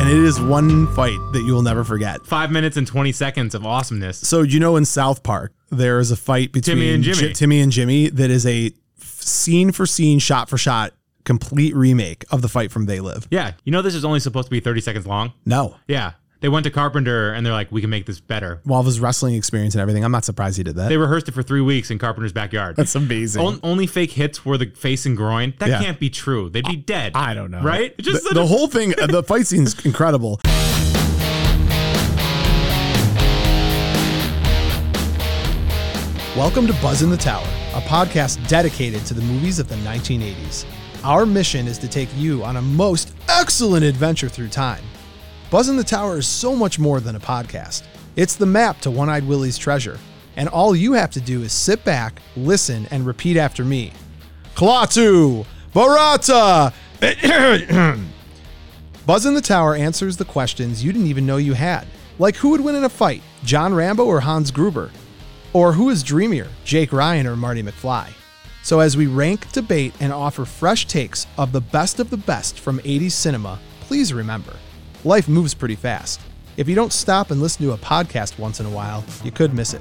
and it is one fight that you will never forget. Five minutes and 20 seconds of awesomeness. So you know, in South Park, there is a fight between Timmy and Jimmy. Ji- Timmy and Jimmy that is a scene for scene, shot for shot, complete remake of the fight from They Live. Yeah. You know, this is only supposed to be 30 seconds long. No, Yeah. They went to Carpenter and they're like, we can make this better. while his wrestling experience and everything, I'm not surprised he did that. They rehearsed it for three weeks in Carpenter's backyard. That's amazing. On- only fake hits were the face and groin. That Yeah. can't be true. They'd be dead. I don't know. Right? It's just the, such the a- whole thing, the fight scene's incredible. Welcome to Buzz in the Tower, a podcast dedicated to the movies of the 1980s. Our mission is to take you on a most excellent adventure through time. Buzz in the Tower is so much more than a podcast. It's the map to One Eyed Willie's treasure. And all you have to do is sit back, listen, and repeat after me Klaatu! Barata! Buzz in the Tower answers the questions you didn't even know you had. Like who would win in a fight, John Rambo or Hans Gruber? Or who is dreamier, Jake Ryan or Marty McFly? So as we rank, debate, and offer fresh takes of the best of the best from 80s cinema, please remember, life moves pretty fast. If you don't stop and listen to a podcast once in a while, you could miss it.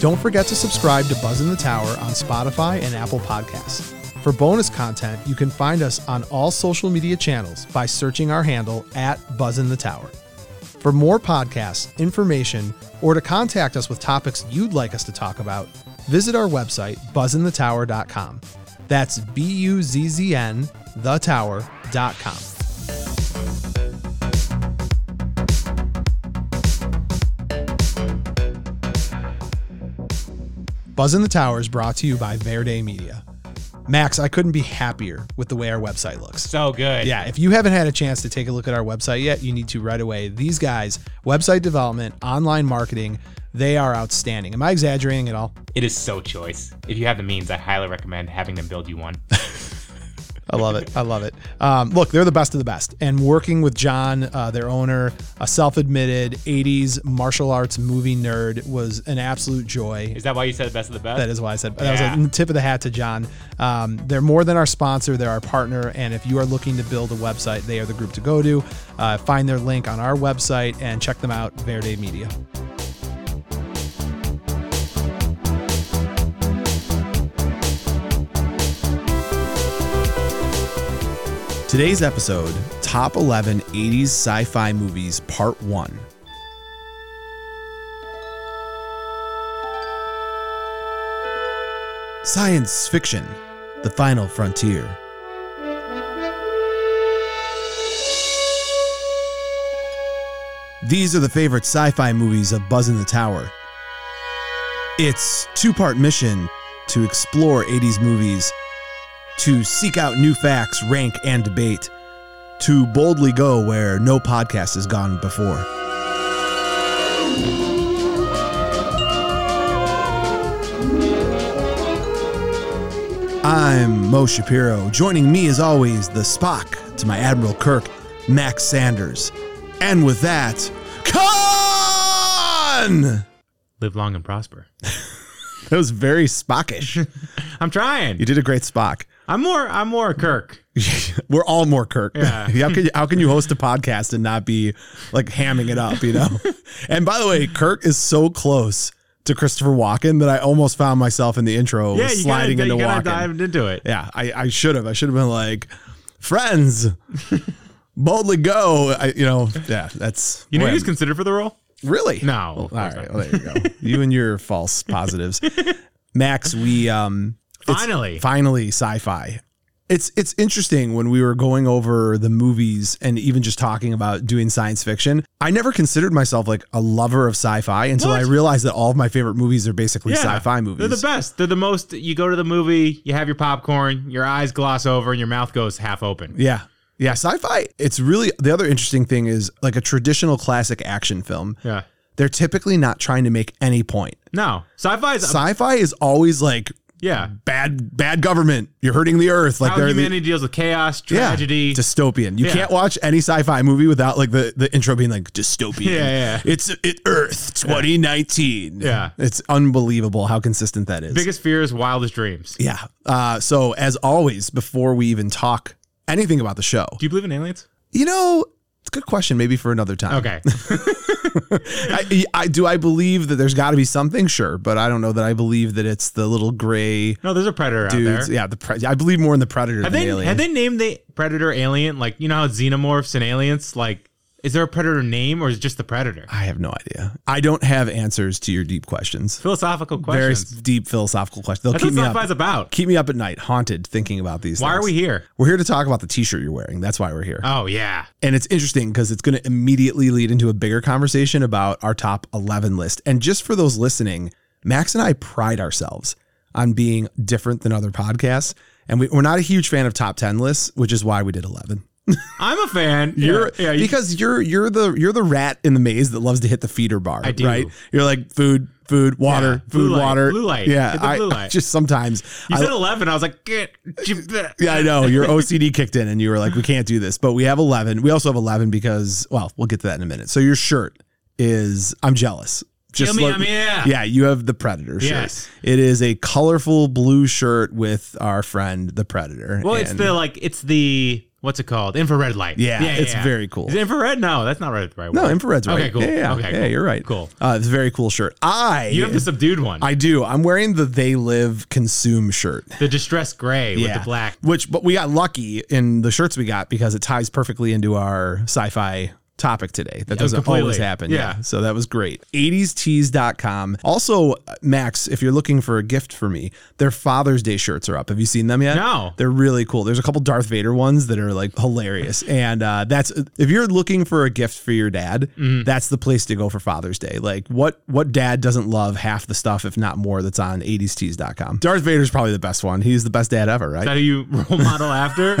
Don't forget to subscribe to Buzz in the Tower on Spotify and Apple Podcasts. For bonus content, you can find us on all social media channels by searching our handle at Buzz in the Tower. For more podcasts, information, or to contact us with topics you'd like us to talk about, visit our website, buzzinthetower.com. That's B U Z Z N, thetower.com. Buzz in the Tower is brought to you by Verde Media. Max, I couldn't be happier with the way our website looks. so good. Yeah, if you haven't had a chance to take a look at our website yet, you need to right away. These guys, website development, online marketing, they are outstanding. Am I exaggerating at all? It is so choice. If you have the means, I highly recommend having them build you one. I love it. I love it. Um, look, they're the best of the best. And working with John, uh, their owner, a self admitted 80s martial arts movie nerd, was an absolute joy. Is that why you said the best of the best? That is why I said that was Yeah. a tip of the hat to John. Um, they're more than our sponsor; they're our partner. And if you are looking to build a website, they are the group to go to. Uh, find their link on our website and check them out. Verde Media. Today's episode: Top 11 80s Sci-Fi Movies, Part One. Science fiction, the final frontier. These are the favorite sci fi movies of Buzz in the Tower. It's two part mission to explore 80s movies, to seek out new facts, rank, and debate, to boldly go where no podcast has gone before. I'm Mo Shapiro. Joining me, as always, the Spock to my Admiral Kirk, Max Sanders. And with that, con! Live long and prosper. That was very Spockish. I'm trying. You did a great Spock. I'm more. I'm more Kirk. We're all more Kirk. Yeah. how, can you, how can you host a podcast and not be like hamming it up, you know? and by the way, Kirk is so close to Christopher Walken that I almost found myself in the intro Yeah, you sliding gotta, into you gotta Walken. dive into it. Yeah, I, I should have. I should have been like, friends, boldly go. I, you know, yeah, that's. You know wham. who's considered for the role? really? No, of Oh, All course right, well, there you go. you and your false positives, Max. We um it's Finally. finally sci-fi. It's it's interesting when we were going over the movies and even just talking about doing science fiction. I never considered myself like a lover of sci-fi until What? I realized that all of my favorite movies are basically Yeah. sci-fi movies. They're the best. They're the most. You go to the movie, you have your popcorn, your eyes gloss over, and your mouth goes half open. Yeah. Yeah, sci-fi. It's really the other interesting thing is like a traditional classic action film. Yeah. They're typically not trying to make any point. No, sci-fi is Sci-fi is always like Yeah. Bad, bad government. You're hurting the earth. Like How they're the, humanity deals with chaos, yeah, tragedy. dystopian. You Yeah. can't watch any sci-fi movie without like the, the intro being like dystopian. Yeah, yeah. It's it, Earth 2019. Yeah. it's unbelievable how consistent that is. biggest fears, wildest dreams. yeah. Uh, so as always, before we even talk anything about the show, Do you believe in aliens? you know, it's a good question. Maybe for another time. Okay. I, I do. I believe that there's got to be something, sure, but I don't know that I believe that it's the little gray No, there's a predator out dudes. there. Yeah, the pre- I believe more in the predator Have than they the alien. have they named the predator alien? Like you know how xenomorphs and aliens like is there a predator name or is it just the predator? I have no idea. I don't have answers to your deep questions. Philosophical Very questions. s- deep philosophical questions. They'll That's keep what me up. sci-fi is about. keep me up at night, haunted, thinking about these. Why things. are we here? We're here to talk about the T-shirt you're wearing. That's why we're here. Oh yeah. And it's interesting because it's going to immediately lead into a bigger conversation about our top 11 list. And just for those listening, Max and I pride ourselves on being different than other podcasts. And we, we're not a huge fan of top 10 lists, which is why we did 11. I'm a fan. You're, yeah, yeah, you- because you're you're the you're the rat in the maze that loves to hit the feeder bar. I do. Right? You're like food, food, water, blue food, light, water, blue light. Yeah, Hit the I- blue light. just sometimes you I- said eleven. I was like, "Get- yeah, I know. Your OCD kicked in and you were like, we can't do this. But we have 11. We also have 11 because, well, we'll get to that in a minute. So your shirt is, I'm jealous. kill me, look- I'm yeah. yeah, you have the Predator shirt. Yes. It is a colorful blue shirt with our friend, the Predator. Well, it's And- the like, it's the what's it called? Infrared light. Yeah, it's very cool. Is it infrared? No, that's not right. right No, word. infrared's right. Okay, cool. Yeah, yeah, Okay, yeah, cool. you're right. Cool. Uh, it's a very cool shirt. I, You have the subdued one. I do. I'm wearing the They Live Consume shirt. the distressed gray with the black. Which, but we got lucky in the shirts we got because it ties perfectly into our sci-fi topic today. That doesn't completely. always happen. Yeah. So that was great. 80stees.com. Also, Max, if you're looking for a gift for me, their Father's Day shirts are up. Have you seen them yet? No. They're really cool. There's a couple Darth Vader ones that are like hilarious. And uh, that's if you're looking for a gift for your dad, Mm-hmm. that's the place to go for Father's Day. Like what what dad doesn't love half the stuff, if not more, that's on 80stees.com. Darth Vader's probably the best one. He's the best dad ever, right? Is that who you role model after?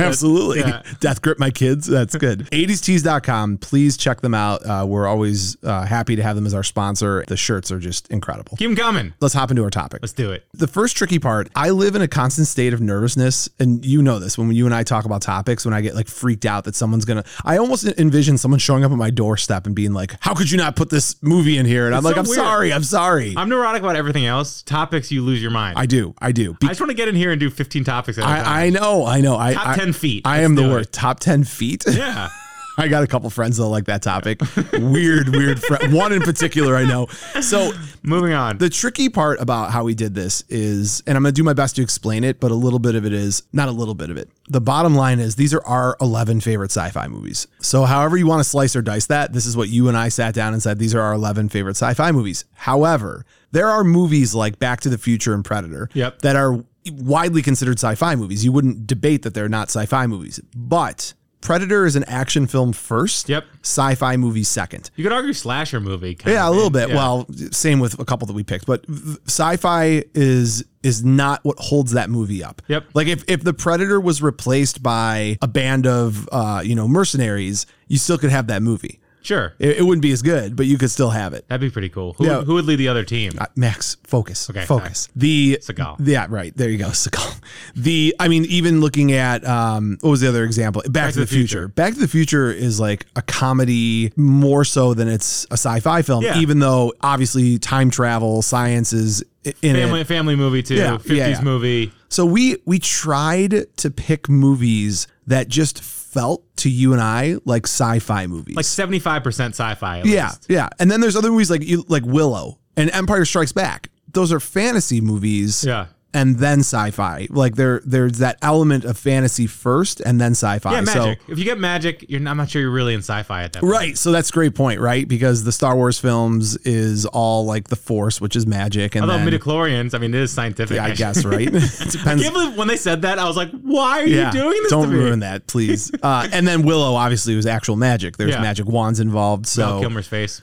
Absolutely. Yeah. Death grip my kids. That's good. 80stees.com. Please check them out. Uh, we're always uh, happy to have them as our sponsor. The shirts are just incredible. Keep 'em coming. Let's hop into our topic. Let's do it. The first tricky part, I live in a constant state of nervousness. And you know this when you and I talk about topics, when I get like freaked out that someone's going to, I almost envision someone showing up at my doorstep and being like, how could you not put this movie in here? And I'm like, so I'm weird. sorry. I'm sorry. I'm neurotic about everything else. Topics, you lose your mind. I, I do. I do. Be- just want to get in here and do 15 topics at a time. I, I know. I know. I, Top I, 10 feet. I Let's am the do it. worst. Top 10 feet. Yeah. I got a couple friends that'll like that topic. Weird, weird. Fr- one in particular, I know. So Moving on. the tricky part about how we did this is, and I'm going to do my best to explain it, but a little bit of it is not a little bit of it. The bottom line is these are our 11 favorite sci fi movies. So, however you want to slice or dice that, this is what you and I sat down and said these are our 11 favorite sci fi movies. However, there are movies like Back to the Future and Predator Yep. that are widely considered sci-fi movies. You wouldn't debate that they're not sci-fi movies. But Predator is an action film first. Yep. Sci-fi movie second. you could argue slasher movie. kind Yeah, of a little thing. bit. Yeah. Well, same with a couple that we picked, but v- sci-fi is is not what holds that movie up. Yep. Like if if the Predator was replaced by a band of uh, you know, mercenaries, you still could have that movie. sure. It, it wouldn't be as good, but you could still have it. That'd be pretty cool. Who, Yeah. who would lead the other team? Uh, Max, focus. Okay, focus. The Seagal. Yeah, right. There you go, Seagal. The I mean, even looking at um, what was the other example? Back, to, the, future. Back to the Future is like a comedy more so than it's a sci-fi film, Yeah. even though obviously time travel, science is i- in Family, it. family movie too. Yeah, 50s yeah, yeah. movie. So we we tried to pick movies that just felt to you and I like sci-fi movies. Like 75% sci-fi. At Yeah, Least. yeah. And then there's other movies like you like Willow and Empire Strikes Back. Those are fantasy movies. Yeah. And then sci-fi. Like there there's that element of fantasy first and then sci-fi. Yeah, Uh, so magic. if you get magic, you're not, I'm not sure you're really in sci-fi at that point. Right, so that's a great point, right? Because the Star Wars films is all like the Force, which is magic, and Although then, midichlorians, I mean, it is scientific. I actually. guess right. It I depends. can't believe when they said that, I was like, why are you doing this Don't to me? ruin that, please. Uh, and then Willow obviously was actual magic. There's Yeah. magic wands involved. So Val Kilmer's face.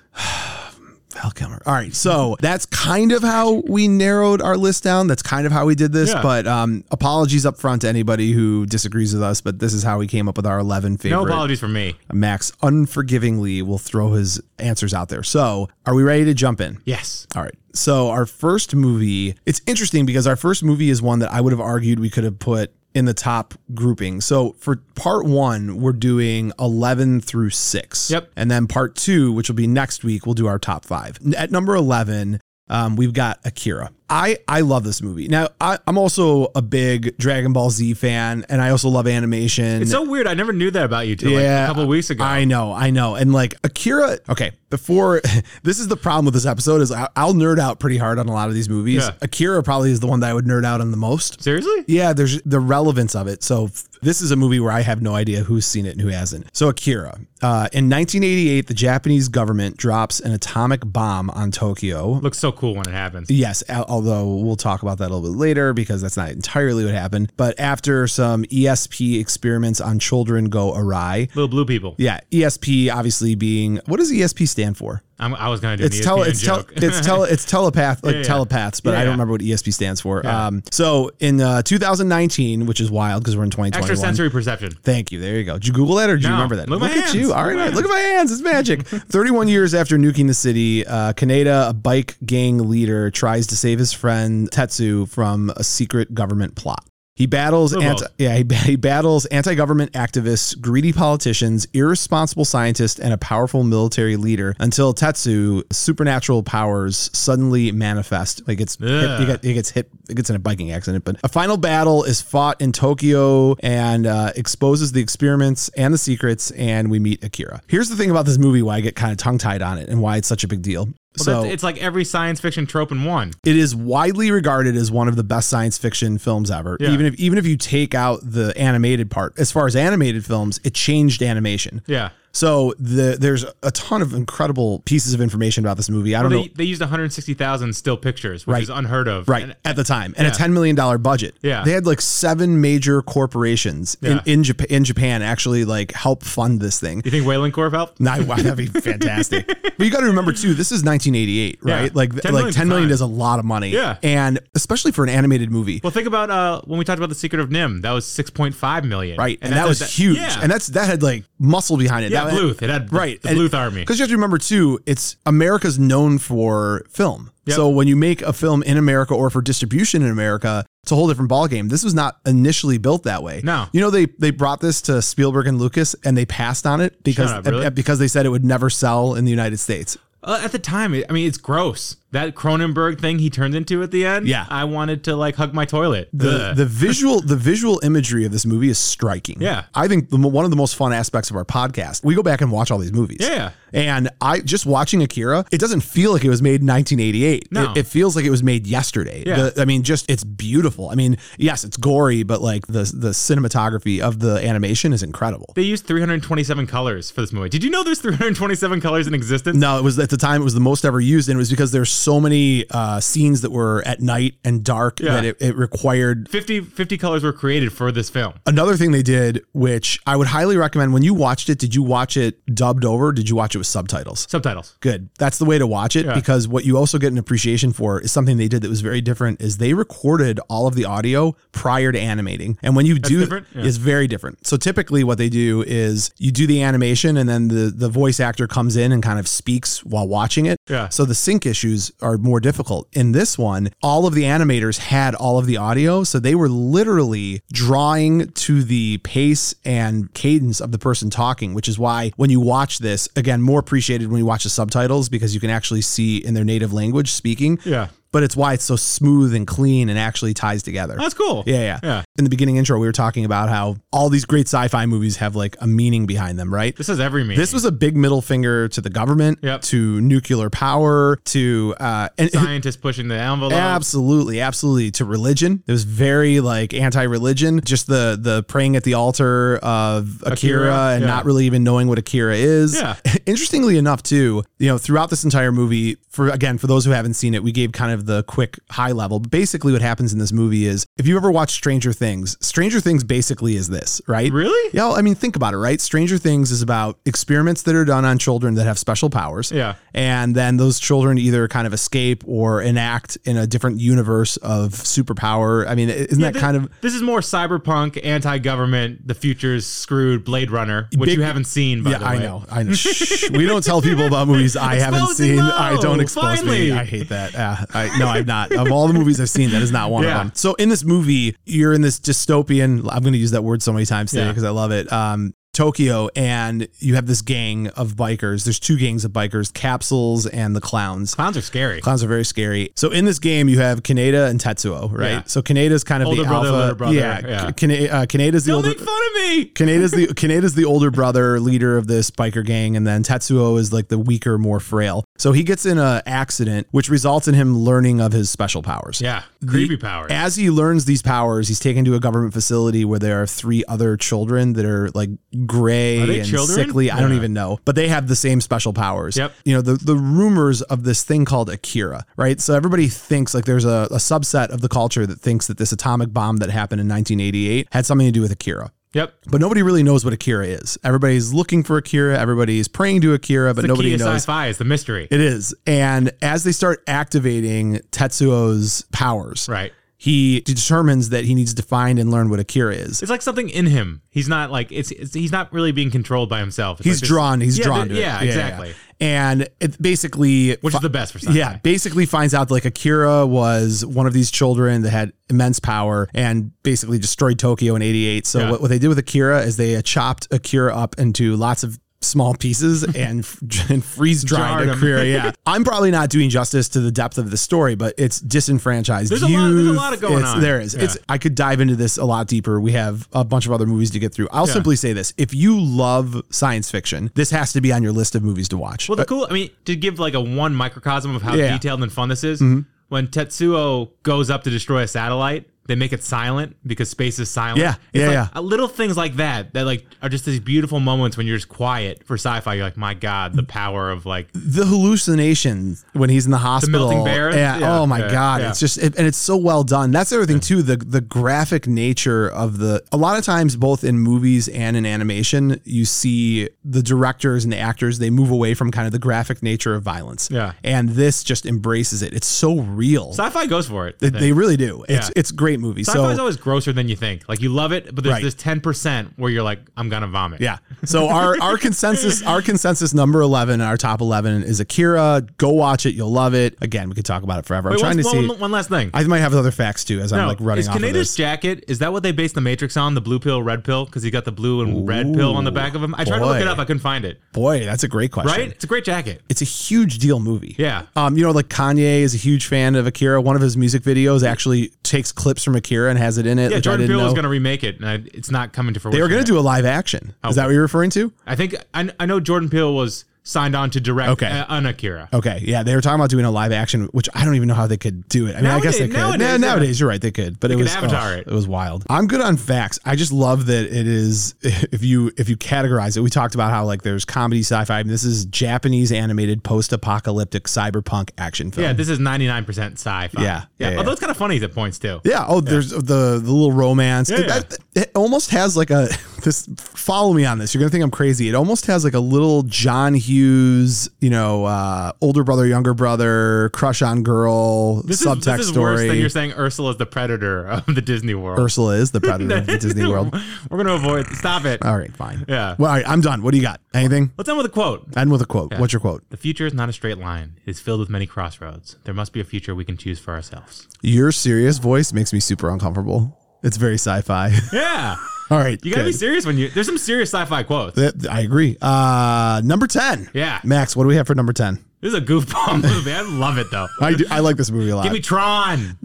Valcomer. All right. So that's kind of how we narrowed our list down. That's kind of how we did this. Yeah. But um, apologies up front to anybody who disagrees with us. But this is how we came up with our 11 favorite. No apologies from me. Max unforgivingly will throw his answers out there. So are we ready to jump in? Yes. All right. So our first movie, it's interesting because our first movie is one that I would have argued we could have put in the top grouping. So for part 1, we're doing 11 through 6. Yep. And then part 2, which will be next week, we'll do our top 5. N- At number 11, um, we've got Akira. I, I love this movie. Now, I, I'm also a big Dragon Ball Z fan, and I also love animation. It's so weird. I never knew that about you till like Yeah, a couple of weeks ago. I know, I know. And like Akira, okay, before this is the problem with this episode is I, I'll nerd out pretty hard on a lot of these movies. Yeah. Akira probably is the one that I would nerd out on the most. Seriously? Yeah, there's the relevance of it. So f- this is a movie where I have no idea who's seen it and who hasn't. So Akira, uh, in 1988, the Japanese government drops an atomic bomb on Tokyo, Looks so cool when it happens. Yes, al- although we'll talk about that a little bit later because that's not entirely what happened. But after some ESP experiments on children go awry, Little blue people. yeah, ESP obviously being what does ESP stand for? I'm, I was gonna do It's an tele, ESPN it's tele, joke. it's tele, it's telepath, like yeah. telepaths, but Yeah, I don't yeah. remember what ESP stands for. Um, so in uh, 2019, which is wild because we're in 2021. Extrasensory perception. Thank you. There you go. Did you Google that or did you No. remember that? Look at my at you. hands. All right, Look all at right. my Look at my hands. It's magic. 31 years after nuking the city, uh, Kaneda, a bike gang leader, tries to save his friend Tetsu from a secret government plot. He battles Little anti, both. yeah, he, ba- he battles anti-government activists, greedy politicians, irresponsible scientists, and a powerful military leader until Tetsu supernatural powers suddenly manifest. Like it's hit, Ugh. he, got, he gets hit, he gets in a biking accident. But a final battle is fought in Tokyo and uh, exposes the experiments and the secrets, and we meet Akira. Here's the thing about this movie: why I get kind of tongue-tied on it, and why it's such a big deal. Well, so that's- it's like every science fiction trope in one. it is widely regarded as one of the best science fiction films ever. Yeah. Even if even if you take out the animated part, as far as animated films, it changed animation. Yeah. So the, there's a ton of incredible pieces of information about this movie. I don't know They, they used 160,000 still pictures, which Right. is unheard of. right And at the time, and a ten million dollar budget. Yeah. they had like seven major corporations Yeah. in in, Jap- in Japan actually like help fund this thing. you think Wayland Corp helped? Nah, wow, that'd be fantastic. but you got to remember too, this is 1988, Yeah. right? Like 10 like million's 10 million fine. is a lot of money. Yeah. and especially for an animated movie. Well, think about uh, when we talked about the Secret of Nim. That was 6.5 million. Right. And, that's that a- was huge. Yeah. And that's that had like muscle behind it. yeah, that Bluth. It had Right. the Bluth Army. Because you have to remember too, it's America's known for film. Yep. So when you make a film in America or for distribution in America, it's a whole different ballgame. This was not initially built that way. No. You know, they they brought this to Spielberg and Lucas and they passed on it because up, really? because they said it would never sell in the United States. Uh, at the time, it- I mean, it's gross. That Cronenberg thing he turned into at the end. Yeah. I wanted to like hug my toilet. the, Ugh. the visual the visual imagery of this movie is striking. Yeah. I think the, mo- one of the most fun aspects of our podcast. We go back and watch all these movies. Yeah. and I just watching Akira. It doesn't feel like it was made in 1988. No. it, it feels like it was made yesterday. Yeah. The- I mean, just it's beautiful. I mean, yes, it's gory, but like the the cinematography of the animation is incredible. they used 327 colors for this movie. Did you know there's 327 colors in existence? No, it was at the time it was the most ever used, and it was because there's so many uh, scenes that were at night and dark Yeah. that it, it required 50, 50 colors were created for this film. Another thing they did, which I would highly recommend when you watched it, did you watch it dubbed over? Did you watch it with subtitles? Subtitles. Good. That's the way to watch it Yeah. because what you also get an appreciation for is something they did that was very different is they recorded all of the audio prior to animating. And when you do different? Yeah. is very different. So typically what they do is you do the animation and then the the voice actor comes in and kind of speaks while watching it. Yeah. So the sync issues are more difficult. In this one, all of the animators had all of the audio, so they were literally drawing to the pace and cadence of the person talking, which is why when you watch this, again, more appreciated when you watch the subtitles because you can actually see in their native language speaking. Yeah. But it's why it's so smooth and clean and actually ties together. That's cool. Yeah, yeah. Yeah. In the beginning intro, we were talking about how all these great sci-fi movies have like a meaning behind them, right? This is every meaning. This was a big middle finger to the government, Yep. to nuclear power, to uh, and scientists pushing the envelope. absolutely, absolutely to religion. It was very like anti-religion, just the the praying at the altar of Akira, Akira, and yeah. not really even knowing what Akira is. Yeah. Interestingly enough, too, you know, throughout this entire movie, for again for those who haven't seen it, we gave kind of of the quick high level. But basically, what happens in this movie is if you ever watch Stranger Things, Stranger Things basically is this, right? Really? Yeah, well, I mean, think about it, right? Stranger Things is about experiments that are done on children that have special powers. Yeah. And then those children either kind of escape or enact in a different universe of superpower. I mean, isn't that Th- kind of this is more cyberpunk, anti-government. The future's screwed. Blade Runner, which Big- you haven't seen, by yeah, the way. I know. I know. Shh. we don't tell people about movies I haven't seen. Exposing low, I don't expose me. finally. I hate that. Yeah, I, no, I'm not. Of all the movies I've seen, that is not one Yeah. of them. So in this movie, you're in this dystopian. I'm going to use that word so many times today Yeah. because I love it. Um, Tokyo, and you have this gang of bikers. There's two gangs of bikers: Capsules and the Clowns. Clowns are scary. Clowns are very scary. So in this game, you have Kaneda and Tetsuo, right? Yeah. So Kaneda's kind of Older the brother, alpha. little brother, Yeah, yeah. K- Kane- uh, Kaneda's the Don't older. make fun of me. Kaneda's the Kaneda's the older brother, leader of this biker gang, and then Tetsuo is like the weaker, more frail. So he gets in a accident, which results in him learning of his special powers. Yeah, The- creepy powers. As he learns these powers, he's taken to a government facility where there are three other children that are like gray Are they and children? sickly. I don't Yeah. even know, but they have the same special powers. Yep. You know the the rumors of this thing called Akira, right? So everybody thinks like there's a, a subset of the culture that thinks that this atomic bomb that happened in 1988 had something to do with Akira. Yep. But nobody really knows what Akira is. Everybody's looking for Akira. Everybody's praying to Akira, but The nobody key to knows. sci-fi is the mystery. It is. And as they start activating Tetsuo's powers, right. he determines that he needs to find and learn what Akira is. It's like something in him. He's not like it's. it's he's not really being controlled by himself. It's He's like this- drawn. He's Yeah, drawn the- to yeah, it. exactly. And it basically, Which is the best for sci-fi. Yeah, basically finds out like Akira was one of these children that had immense power and basically destroyed Tokyo in 88. So Yeah. what, what they did with Akira is they uh, chopped Akira up into lots of small pieces and, f- and freeze dried Jarred 'em. Akira. Yeah. I'm probably not doing justice to the depth of the story, but it's disenfranchised. There's a lot- there's a youth. lot of going It's- on. There is. It's I could dive into this a lot deeper. We have a bunch of other movies to get through. I'll Yeah. simply say this. If you love science fiction, this has to be on your list of movies to watch. Well, the cool. I mean, to give like a one microcosm of how Uh, Yeah. Mm-hmm. detailed and fun this is, when Tetsuo goes up to destroy a satellite, they make it silent because space is silent. Yeah, It's yeah, like, yeah. uh, Little things like that that like are just these beautiful moments when you're just quiet for sci-fi. You're like, my god, the power of like the hallucinations when he's in the hospital. melting bear? Yeah. Yeah. Oh my Yeah. god. Yeah. It's just it, and it's so well done. That's the other thing too. The the graphic nature of the a lot of times both in movies and in animation you see the directors and the actors they move away from kind of the graphic nature of violence. Yeah. And this just embraces it. It's so real. sci-fi goes for it. I They- think. they really do. It's Yeah. it's a great movie. Sci-fi is so always grosser than you think. Like you love it, but there's Right. this ten percent where you're like, I'm gonna vomit. Yeah. So our our consensus our consensus number eleven our top eleven is Akira. Go watch it. You'll love it. Again, we could talk about it forever. I'm Wait, trying one, to see. one- one last thing. I might have other facts too as I'm like running is off of Kaneda's this. jacket? Is that what they based the Matrix on? The blue pill, red pill? Because he got the blue and red pill on the back of him. I tried to look boy. it up. I couldn't find it. Boy, that's a great question. Right? It's a great jacket. It's a huge deal movie. Yeah. Um, you know, like Kanye is a huge fan of Akira. One of his music videos actually takes clips from Akira and has it in it. which Yeah, I Jordan didn't Peele know. is going to remake it, and I, it's not coming to fruition. they were going to do a live action. Oh. Is that what you're referring to? I think I, I know Jordan Peele was signed on to direct Okay. uh, on Akira. Okay, yeah, they were talking about doing a live action, which I don't even know how they could do it. I mean, I guess they could. Nowadays- nowadays, Nah, yeah. nowadays, you're right, they could, but it was Avatar ugh, it. was wild. I'm good on facts. I just love that it is if you if you categorize it. We talked about how like there's comedy sci-fi. And this is Japanese animated post-apocalyptic cyberpunk action film. Yeah, this is 99% sci-fi. Yeah, yeah, yeah. yeah. Although it's kind of funny at points too. Yeah. Oh, there's the the little romance. Yeah, That- it almost has like a this. Follow me on this. You're gonna think I'm crazy. It almost has like a little John Hughes, you know, uh, older brother, younger brother, crush on girl This subtext is, this is story. worse than you're saying Ursula's the predator of the Disney World. Ursula is the predator of the Disney World. Uh, We're going to avoid. Stop it. All right, fine. Yeah. Well, all right, I'm done. What do you got? Anything? Let's end with a quote. End with a quote. What's your quote? The future is not a straight line. It is filled with many crossroads. There must be a future we can choose for ourselves. Your serious voice makes me super uncomfortable. It's very sci-fi. Yeah. all right. You gotta be good. serious when you. There's some serious sci-fi quotes. This That- I agree. Uh, number ten. Yeah. Max, what do we have for number ten? is a goofball movie. I love it though. I do. I like this movie a lot. Give me Tron.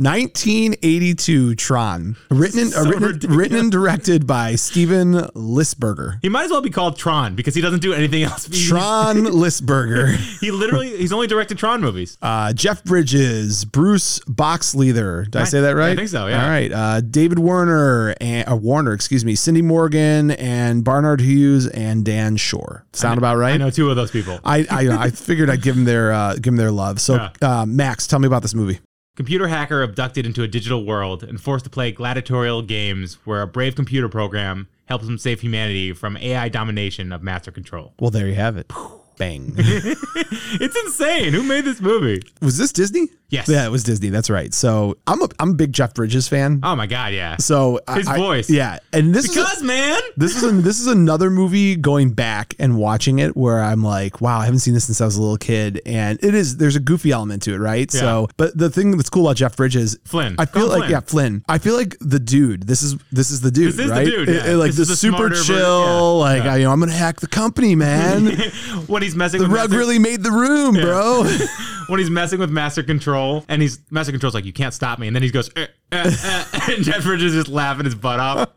1982 Tron, written and, uh, So written, ridiculous. written and directed by Steven Lisberger. He might as well be called Tron because he doesn't do anything else. He, Tron Lisberger, He literally. He's only directed Tron movies. uh, Jeff Bridges, Bruce Boxleither. Did I say that right? I think so, yeah. All right. Uh, David Warner and uh, Warner, excuse me, Cindy Morgan and Barnard Hughes and Dan Shore. Sound about right? I know two of those people. I, I I figured I'd give them their uh, give them their love. So, uh, Max, tell me about this movie. Computer hacker abducted into a digital world and forced to play gladiatorial games where a brave computer program helps him save humanity from AI domination of master control. Well, there you have it. Bang. It's insane. Who made this movie? was this Disney? Yes. Yeah, it was Disney. That's right. So I'm a I'm a big Jeff Bridges fan. Oh my god, yeah. So I- His I- voice. yeah, and this is a- Because man, this is an, this is another movie going back and watching it where I'm like, wow, I haven't seen this since I was a little kid, and it is there's a goofy element to it, right? Yeah. So, but the thing that's cool about Jeff Bridges, Flynn. I feel Call him like yeah, Flynn. I feel like the dude. This is this is the dude, This is the right? dude, It- yeah. it- like This is the the super smarter chill, version, yeah. like I, you know, I'm gonna hack the company, man. when he's messing with Rug master, really made the room, bro. when he's messing with master control, and he's master control's like, you can't stop me, and then he goes, eh, eh, eh, and Jeff Bridges is just laughing his butt off.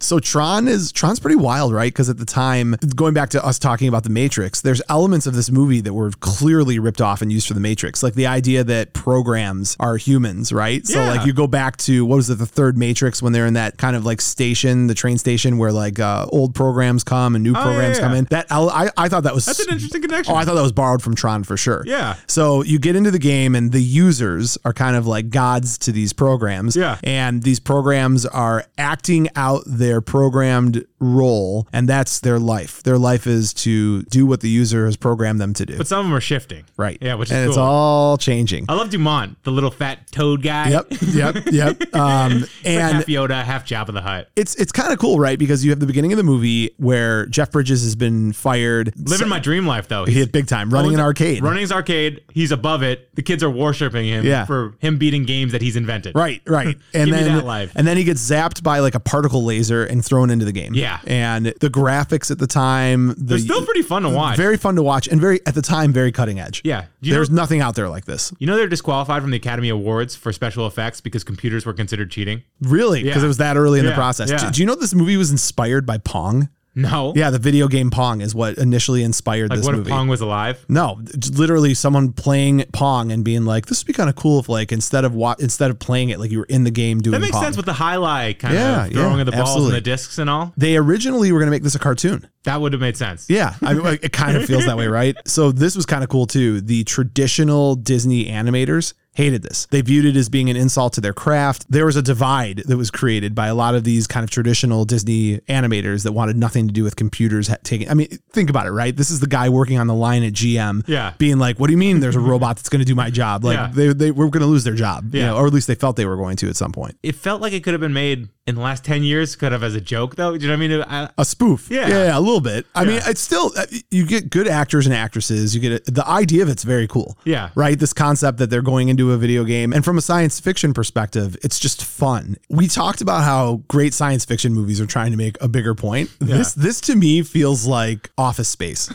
So Tron is Tron's pretty wild, right? Because at the time, going back to us talking about the Matrix, there's elements of this movie that were clearly ripped off and used for the Matrix, like the idea that programs are humans, right? So Yeah. like you go back to what was it, the third Matrix, when they're in that kind of like station, the train station, where like uh, old programs come and new Oh, yeah, programs yeah. come in. That I, I thought that was That's an interesting connection. Oh, I thought that was borrowed from Tron for sure. Yeah. So you get into the game, and the users are kind of like gods to these programs. Yeah. And these programs are acting out their programmed role, and that's their life. Their life is to do what the user has programmed them to do. but some of them are shifting. right. Yeah, which is and cool. it's all changing. I love Dumont, the little fat toad guy. Yep. Yep. Yep. Um, It's like and half Yoda, half Jabba the Hutt. it's it's kind of cool, right? Because you have the beginning of the movie where Jeff Bridges has been fired. Living my dream life though. he hit big time, running an arcade. Running his arcade. He's above it. The kids are worshiping him Yeah. for him beating games that he's invented. Right, right. And Give me then that life. and then he gets zapped by like a particle laser and thrown into the game. Yeah. And the graphics at the time, the They're still pretty fun to watch. very fun to watch and very at the time very cutting edge. yeah. Do you know There's nothing out there like this. You know they're disqualified from the Academy Awards for special effects because computers were considered cheating? Really? Because Yeah. it was that early in the Yeah, process. yeah. Do, do you know this movie was inspired by Pong? No. Yeah, the video game Pong is what initially inspired Like this what movie. if Pong was alive? No, it's literally someone playing Pong and being like, "This would be kind of cool if, like, instead of wa- instead of playing it, like you were in the game doing." That makes Pong. sense with the high lie kind Yeah, of throwing yeah, of the balls absolutely. and the discs and all. they originally were going to make this a cartoon. That would have made sense. Yeah, I mean, like, it kind of feels that way, right? So this was kind of cool too. The traditional Disney animators hated this. They viewed it as being an insult to their craft. There was a divide that was created by a lot of these kind of traditional Disney animators that wanted nothing to do with computers ha- taking. I mean, think about it, right? This is the guy working on the line at GM, Yeah. being like, "What do you mean? There's a robot that's going to do my job? Like Yeah. they they were going to lose their job, you Yeah. know, or at least they felt they were going to at some point." It felt like it could have been made in the last 10 years, kind of as a joke, though. Do you know what I mean? I, a spoof. Yeah. yeah, a little bit. I mean, it's still uh, you get good actors and actresses. You get it the idea of it's very cool. Yeah. right. This concept that they're going into a video game, and from a science fiction perspective, it's just fun. We talked about how great science fiction movies are trying to make a bigger point. This, this to me feels like Office Space.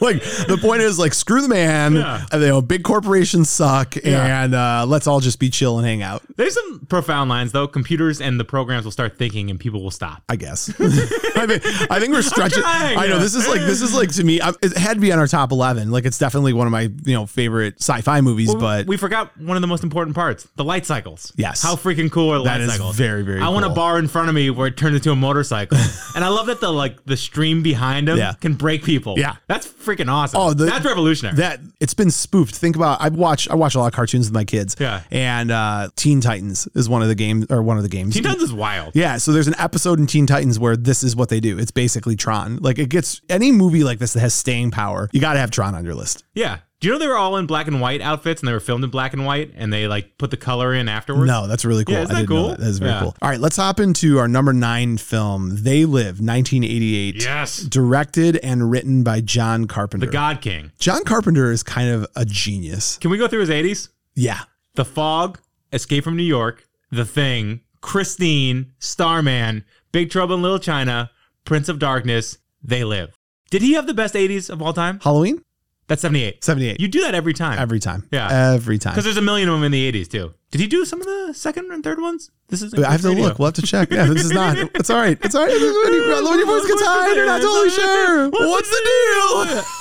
like the point is like screw the man. Yeah. You know, big corporations suck, Yeah. and uh, let's all just be chill and hang out. there's some profound lines, though. Computers and the programs will start thinking and people will stop. I guess. I, think, I think we're stretching. trying. I know this is like this is like to me. I, it had to be on our top eleven. Like it's definitely one of my you know favorite sci-fi movies. but we forgot one of the most important parts the light cycles. Yes. How freaking cool are That light is cycles? very, very I want a cool. bar in front of me where it turns into a motorcycle. and I love that the like the stream behind him Yeah. can break people. Yeah. That's freaking awesome. Oh, Oh, the- that's revolutionary. that it's been spoofed. Think about I watch I watch a lot of cartoons with my kids. Yeah. and uh, Teen Titans is one of the games or one of the games. Teen Titans is wild. Yeah, so there's an episode in Teen Titans where this is what they do. It's basically Tron. Like it gets any movie like this that has staying power. You got to have Tron on your list. Yeah. Do you know they were all in black and white outfits and they were filmed in black and white and they like put the color in afterwards? No, that's really cool. Yeah, isn't I that didn't know cool? that. That is very Yeah. cool. All right, let's hop into our number nine film, They Live, 1988. Yes. Directed and written by John Carpenter. The God King. John Carpenter is kind of a genius. Can we go through his 80s? Yeah. The Fog, Escape from New York, The Thing, Christine, Starman, Big Trouble in Little China, Prince of Darkness, They Live. Did he have the best 80s of all time? Halloween? That's 78. 78. You do that every time. every time. Yeah. Every time. Because there's a million of them in the 80s too. Did he do some of the second and third ones? This is I have to look. We'll have to check. Yeah, this is not. It's all right. It's all right. This is when, you, when your voice gets high, and you're not totally sure. What's the deal?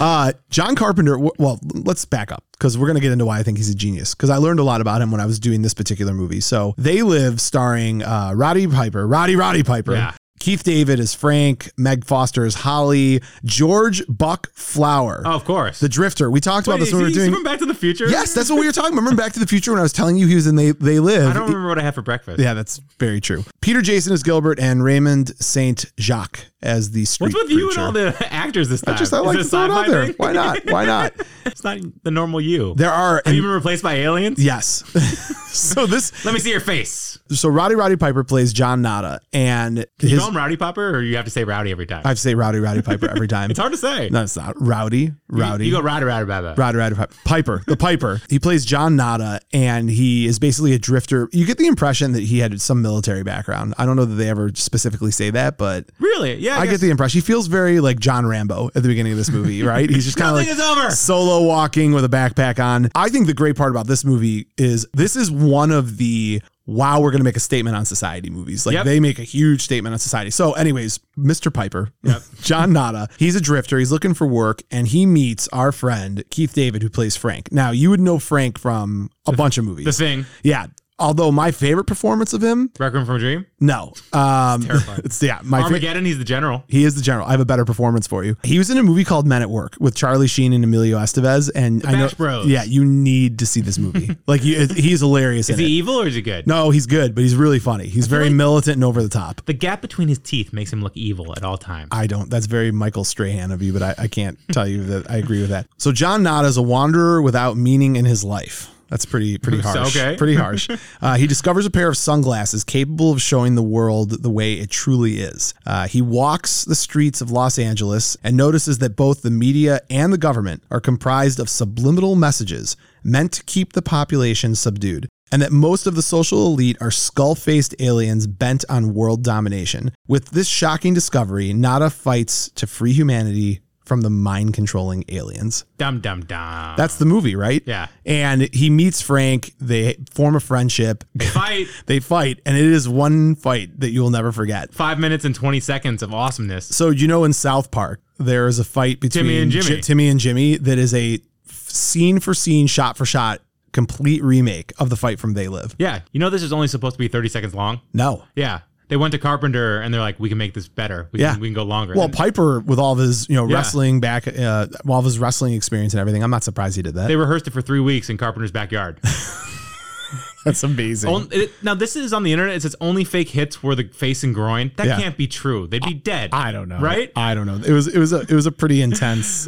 Uh, John Carpenter. w- Well, let's back up because we're gonna get into why I think he's a genius. Because I learned a lot about him when I was doing this particular movie. So they live, starring uh, Roddy Piper, Roddy Roddy Piper, Yeah. Keith David is Frank, Meg Foster is Holly, George Buck Flower, Oh, of course. the Drifter. We talked about Wait, this is when we he- were is he doing. from Back to the Future? Yes, that's what we were talking. Remember Back to the Future when I was telling you he was in They They Live. I don't remember what I had for breakfast. Yeah, that's very true. Peter Jason is Gilbert and Raymond Saint Jacques as the street. What's with you and preacher. all the actors this time? I just I Is like to this throw it sci-fi out there. thing? Why not? Why not? it's not the normal you. There are Have and- you been replaced by aliens? yes. so this Let me see your face. so Roddy Roddy Piper plays John Nada and You his call him Rowdy Popper, or you have to say Rowdy every time. I say Rowdy Roddy Piper every time. it's hard to say. no, it's not Rowdy You- Rowdy. You, go Rowdy Rowdy Baba. Rowdy Roddy Piper. Piper, the Piper. He plays John Nada, and he is basically a drifter. You get the impression that he had some military background. I don't know that they ever specifically say that, but Really? Yeah. I, get the impression he feels very like John Rambo at the beginning of this movie, right? He's just kind of like Nothing is over. solo walking with a backpack on. I think the great part about this movie is this is one of the wow, we're going to make a statement on society movies. Like Yep. they make a huge statement on society. So, anyways, Mr. Piper, John Nada, he's a drifter. He's looking for work and he meets our friend Keith David, who plays Frank. Now, you would know Frank from a bunch of movies. the thing. yeah. Although my favorite performance of him, Requiem from a Dream. no, um, terrifying. it's yeah, my favorite. Armageddon. he's the general. He is the general. I have a better performance for you. He was in a movie called Men at Work with Charlie Sheen and Emilio Estevez, and I know, Bash Bros. yeah, you need to see this movie. like you, he's hilarious. Is in he it. evil or is he good? No, he's good, but he's really funny. He's very like- militant and over the top. The gap between his teeth makes him look evil at all times. I don't. That's very Michael Strahan of you, but I, I can't tell you that I agree with that. So John Nada is a wanderer without meaning in his life. That's pretty pretty So, harsh. okay. Pretty harsh. Uh, he discovers a pair of sunglasses capable of showing the world the way it truly is. Uh, he walks the streets of Los Angeles and notices that both the media and the government are comprised of subliminal messages meant to keep the population subdued. And that most of the social elite are skull faced aliens bent on world domination. With this shocking discovery, Nada fights to free humanity from the mind controlling aliens. Dum dum dum. That's the movie, right? yeah. And he meets Frank. They form a friendship. Fight. They fight, and it is one fight that you will never forget. Five minutes and twenty seconds of awesomeness. So you know, in South Park, there is a fight between Timmy and Ji- Jimmy. Timmy and Jimmy that is a f- scene for scene, shot for shot, complete remake of the fight from They Live. Yeah. You know this is only supposed to be thirty seconds long. No. Yeah. They went to Carpenter and they're like, we can make this better. We Yeah. Can, we can go longer. Well, And Piper, with all of his you know Yeah. wrestling back, uh, all of his wrestling experience and everything, I'm not surprised he did that. they rehearsed it for three weeks in Carpenter's backyard. That's amazing. On- it- now this is on the internet. It says only fake hits were the face and groin. That Yeah. can't be true. They'd be dead. I don't know. Right? I don't know. It was it was a it was a pretty intense.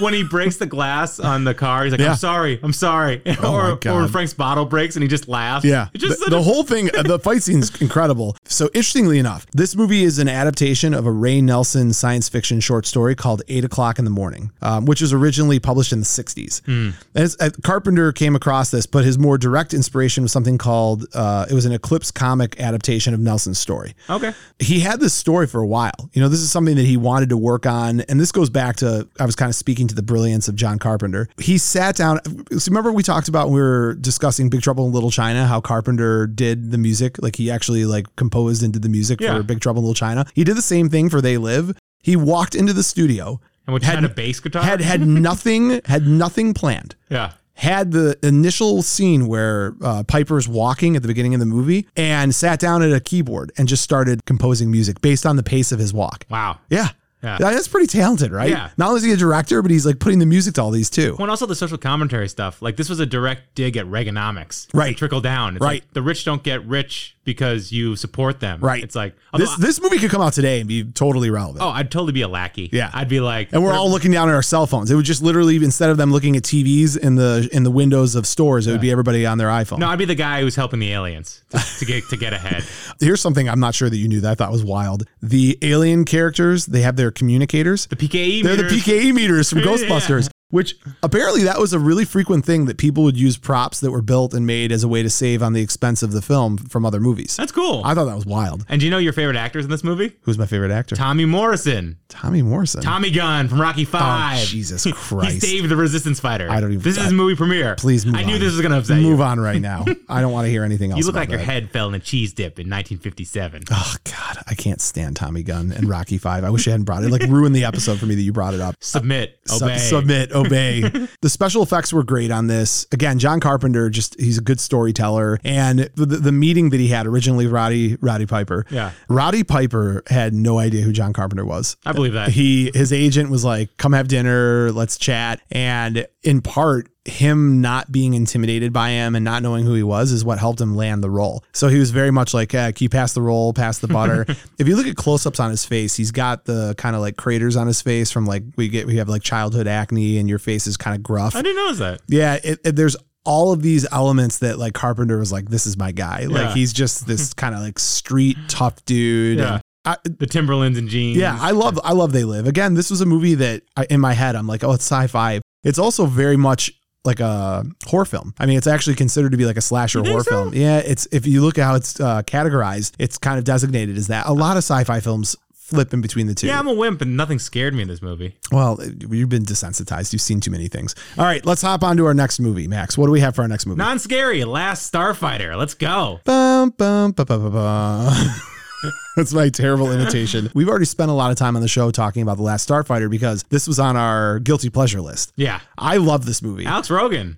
when he breaks the glass on the car, he's like, Yeah. Oh "I'm sorry, I'm sorry," my or, or when God. Frank's bottle breaks and he just laughs. Yeah. It's just the, such the a- whole thing, the fight scene's incredible. So, interestingly enough, this movie is an adaptation of a Ray Nelson science fiction short story called Eight O'Clock in the Morning, um, which was originally published in the 60s. Hmm. And it's, uh, Carpenter came across this, but his more direct inspiration was something called, uh, it was an Eclipse comic adaptation of Nelson's story okay. he had this story for a while. You know, this is something that he wanted to work on. And this goes back to, I was kind of speaking to the brilliance of John Carpenter. He sat down. So remember, we talked about when we were discussing Big Trouble in Little China, how Carpenter did the music. Like he actually like composed and did the music Yeah. for Big Trouble in Little China. He did the same thing for They Live. He walked into the studio, And with Had- China bass guitar, had had nothing, had nothing planned yeah, had the initial scene where uh, Piper's walking at the beginning of the movie and sat down at a keyboard and just started composing music based on the pace of his walk. wow. Yeah. Yeah. That's pretty talented, right? Yeah. Not only is he a director, but he's like putting the music to all these too. Well, and also the social commentary stuff. Like this was a direct dig at Reaganomics, Right. It Trickle down, it's Right. Like, the rich don't get rich because you support them, Right. It's like This although I- this movie could come out today and be totally relevant. uh, oh, I'd totally be a lackey. Yeah. I'd be like, And we're all looking down at our cell phones. It would just literally instead of them looking at TVs in the in the windows of stores, it would be everybody on their iPhone. no, I'd be the guy who's helping the aliens to, to get to get ahead. Here's something I'm not sure that you knew that I thought was wild. The alien characters, they have their communicators. The E PKE, They're meters, the E PKE meters from Ghostbusters, which apparently that was a really frequent thing that people would use props that were built and made as a way to save on the expense of the film from other movies. That's cool. I thought that was wild. and do you know your favorite actors in this movie? Who's my favorite actor? Tommy Morrison, Tommy Morrison. Tommy Gunn from Rocky Oh, Five. Jesus He's Christ. Dave the Resistance Fighter. I don't even- This is I- his movie premiere. Please move I knew on. this was gonna upset Move you. on right now. I don't want to hear anything else. You look about like your that. head fell in a cheese dip in 1957. Oh God, I can't stand Tommy Gunn and Rocky Five. I wish I hadn't brought it. Like ruined the episode for me that you brought it up. Submit, Sub- obey. submit, obey. the special effects were great on this. Again, John Carpenter just he's a good storyteller, and the, the, the meeting that he had originally with Roddy Roddy Piper. Yeah. Roddy Piper had no idea who John Carpenter was. I believe that. He his agent was like, "Come have dinner, let's chat." And in part, him not being intimidated by him and not knowing who he was is what helped him land the role. So he was very much like, eh, "Can you pass the roll, pass the butter?" if you look at close-ups on his face, he's got the kind of like craters on his face from like we get we have like childhood acne, and your face is kind of gruff. I didn't notice that. Yeah, it, it- there's all of these elements that like Carpenter was like, this is my guy. Like Yeah. he's just this kind of like street tough dude. Yeah. And I, The Timberlands and jeans. yeah, I love I love They Live. Again, this was a movie that I, in my head I'm like, oh, it's sci-fi. It's also very much like a horror film. I mean, it's actually considered to be like a slasher You think horror so? film. Yeah, it's if you look at how it's uh, categorized, it's kind of designated as that. A lot of sci-fi films flip in between the two. yeah, I'm a wimp, and nothing scared me in this movie. Well, you've been desensitized. You've seen too many things. All right, let's hop on to our next movie, Max. What do we have for our next movie? Non-scary. Last Starfighter. Let's go. Bum, bum, ba, ba, ba, ba. That's my terrible imitation. We've already spent a lot of time on the show talking about The Last Starfighter because this was on our guilty pleasure list. Yeah. I love this movie. I Alex Rogan.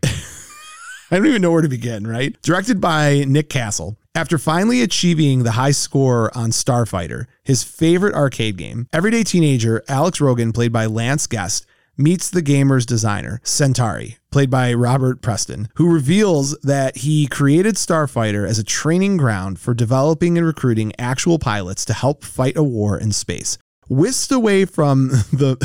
don't even know where to begin, right? Directed by Nick Castle. After finally achieving the high score on Starfighter, his favorite arcade game, everyday teenager Alex Rogan, played by Lance Guest, meets the gamer's designer, Centauri, played by Robert Preston, who reveals that he created Starfighter as a training ground for developing and recruiting actual pilots to help fight a war in space. Whisked away from the.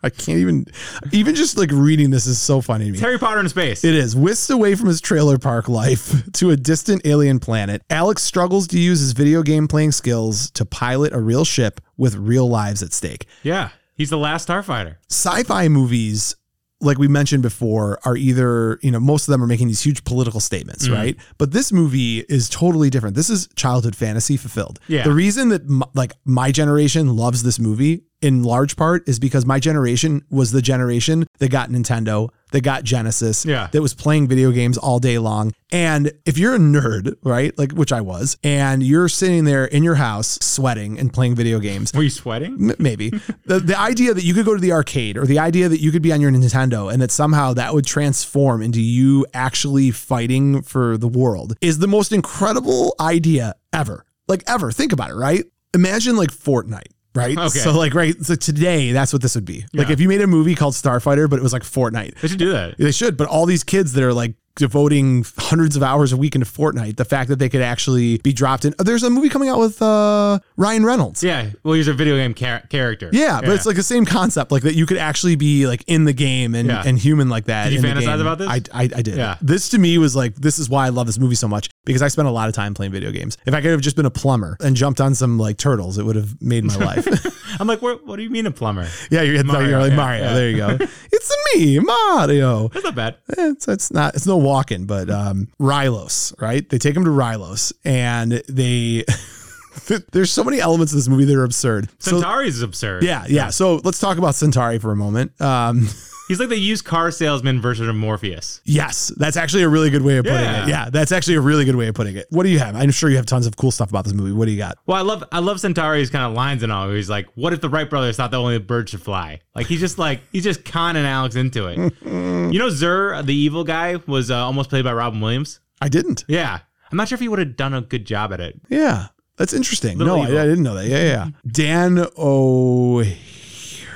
I can't even. Even just like reading this is so funny to me. It's Harry Potter in space. It is. Whisked away from his trailer park life to a distant alien planet, Alex struggles to use his video game playing skills to pilot a real ship with real lives at stake. yeah. He's the last Starfighter. Sci fi movies, like we mentioned before, are either, you know, most of them are making these huge political statements, Mm-hmm. right? But this movie is totally different. This is childhood fantasy fulfilled. Yeah. The reason that, m- like, my generation loves this movie in large part is because my generation was the generation that got Nintendo, that got Genesis, Yeah. that was playing video games all day long. And if you're a nerd, right, like which I was, and you're sitting there in your house sweating and playing video games, Were you sweating? M- maybe the, the idea that you could go to the arcade or the idea that you could be on your Nintendo and that somehow that would transform into you actually fighting for the world is the most incredible idea ever. Like ever. Think about it, right? Imagine like Fortnite. Right. Okay. So like right. So today that's what this would be. Like Yeah. if you made a movie called Starfighter, but it was like Fortnite. They should do that. They should, but all these kids that are like devoting hundreds of hours a week into Fortnite, the fact that they could actually be dropped in. There's a movie coming out with uh, Ryan Reynolds. Yeah. Well, he's a video game char- character. Yeah, but it's like the same concept, like that you could actually be like in the game and, Yeah. and human like that. Did you in the fantasize game. about this? I, I, I did. Yeah. This to me was like, this is why I love this movie so much because I spent a lot of time playing video games. If I could have just been a plumber and jumped on some like turtles, it would have made my life. I'm like, what, what do you mean a plumber? yeah, you're, Mario, you're like yeah, Mario. yeah. There you go. it's me, Mario. That's not bad. Eh, it's, it's not it's no walking, but um Rylos, right? They take him to Rylos and they there's so many elements of this movie that are absurd. So Centauri's is absurd. yeah, yeah. So let's talk about Centauri for a moment. Um He's like the used car salesman version of Morpheus. Yes, that's actually a really good way of putting Yeah. it. Yeah, that's actually a really good way of putting it. What do you have? I'm sure you have tons of cool stuff about this movie. What do you got? Well, I love I love Centauri's kind of lines and all. where He's like, "What if the Wright brothers thought that only the bird should fly?" Like he's just like he's just conning Alex into it. you know, Zur, the evil guy, was uh, almost played by Robin Williams. I didn't. Yeah, I'm not sure if he would have done a good job at it. Yeah, that's interesting. Little no, I, Evil. I didn't know that. Yeah, yeah. yeah. Dan O.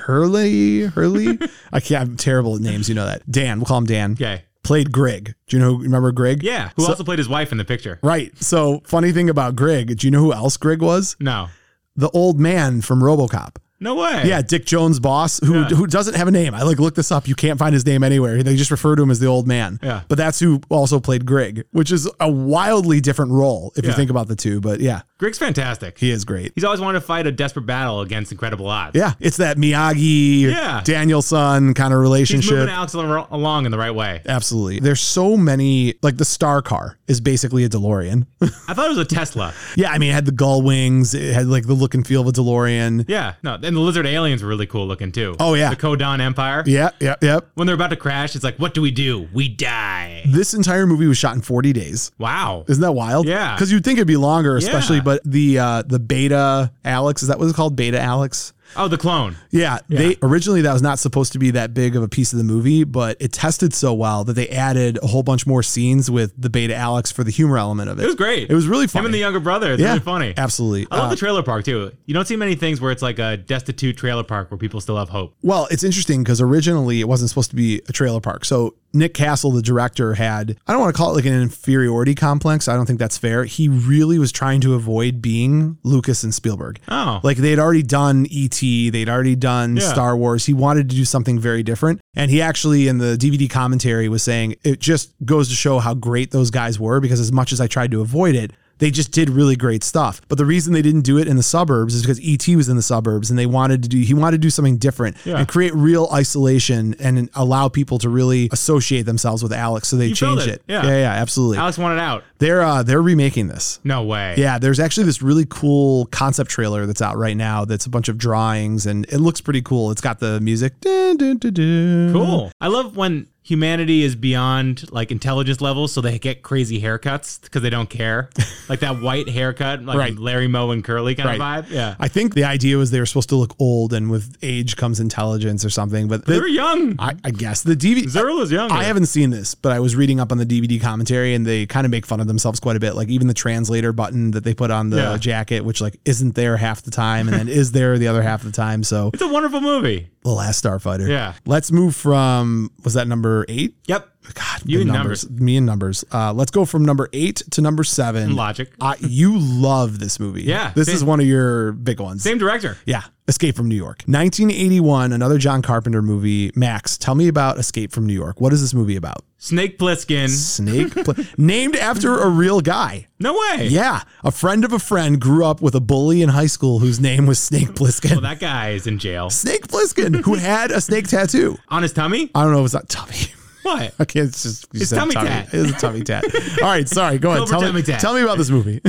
Hurley, Hurley. I can't. I'm terrible at names. You know that. Dan. We'll call him Dan. Okay, Played Grig. Do you know? Who, remember Grig? yeah. Who also played his wife in the picture? Right. So funny thing about Grig. Do you know who else Grig was? No, The old man from RoboCop. no way. Yeah, Dick Jones' boss, who Yeah. who doesn't have a name. I like looked this up. You can't find his name anywhere. They just refer to him as the old man. Yeah. But that's who also played Grig, which is a wildly different role if you Yeah. think about the two. But yeah, Grig's fantastic. he is great. He's always wanted to fight a desperate battle against incredible odds. Yeah, it's that Miyagi, Yeah. Danielson kind of he's relationship. moving Alex al- along in the right way. Absolutely. There's so many, like the star car is basically a DeLorean. I thought it was a Tesla. yeah, I mean, it had the gull wings, it had like the look and feel of a DeLorean. Yeah, no, and the lizard aliens were really cool looking too. Oh, yeah. the Kodan Empire. Yep, yep, yep. when they're about to crash, it's like, what do we do? We die. Way. This entire movie was shot in 40 days. Wow. Isn't that wild? Yeah. Because you'd think it'd be longer, especially, Yeah. but the uh, the Beta Alex is that what it's called? Beta Alex. Oh, the clone. Yeah, they originally that was not supposed to be that big of a piece of the movie, but it tested so well that they added a whole bunch more scenes with the Beta Alex for the humor element of it. It was great. It was really funny. Him and the younger brother. It's yeah, really funny. Absolutely. I love Uh, the trailer park too. You don't see many things where it's like a destitute trailer park where people still have hope. Well, it's interesting because originally it wasn't supposed to be a trailer park. So Nick Castle, the director, had I don't want to call it like an inferiority complex. I don't think that's fair. He really was trying to avoid being Lucas and Spielberg. Oh. Like they had already done E.T., they'd already done Yeah. Star Wars. He wanted to do something very different. And he actually, in the DVD commentary, was saying it just goes to show how great those guys were because as much as I tried to avoid it, they just did really great stuff. But the reason they didn't do it in the suburbs is because E.T. was in the suburbs and they wanted to do, he wanted to do something different Yeah. and create real isolation and allow people to really associate themselves with Alex. So they You felt changed it. it. Yeah. yeah, yeah, absolutely. Alex wanted out. They're, uh, they're remaking this. No way. Yeah, there's actually this really cool concept trailer that's out right now that's a bunch of drawings and it looks pretty cool. It's got the music. Dun, dun, dun, dun. Cool. I love when humanity is beyond like intelligence levels, so they get crazy haircuts because they don't care. like that white haircut, like Right. Larry Moe and Curly kind Right. of vibe. Yeah. I think the idea was they were supposed to look old and with age comes intelligence or something, but They the, were young. I, I guess the DVD. Zerl is young. I haven't seen this, but I was reading up on the DVD commentary and they kind of make fun of themselves quite a bit. Like even the translator button that they put on the Yeah. jacket, which like isn't there half the time and then is there the other half of the time. So It's a wonderful movie. the last Starfighter. Yeah. Let's move from was that number eight? Yep. God, You the and numbers. Me and numbers. Uh, let's go from number eight to number seven. Logic. I, you love this movie. Yeah, This same. is one of your big ones. Same director. Yeah. Escape from New York. 1981, another John Carpenter movie. Max, tell me about Escape from New York. What is this movie about? Snake Plissken. Snake, pl- named after a real guy. No way. Yeah. A friend of a friend grew up with a bully in high school whose name was Snake Plissken. Well, that guy is in jail. snake Plissken, who had a snake tattoo. On his tummy? I don't know if it's not tummy. What? Okay, it's just you It's said tummy tat. It's a tummy tat. All right, sorry. Go ahead. Cobra Tell tummy me, tat. tell me about this movie.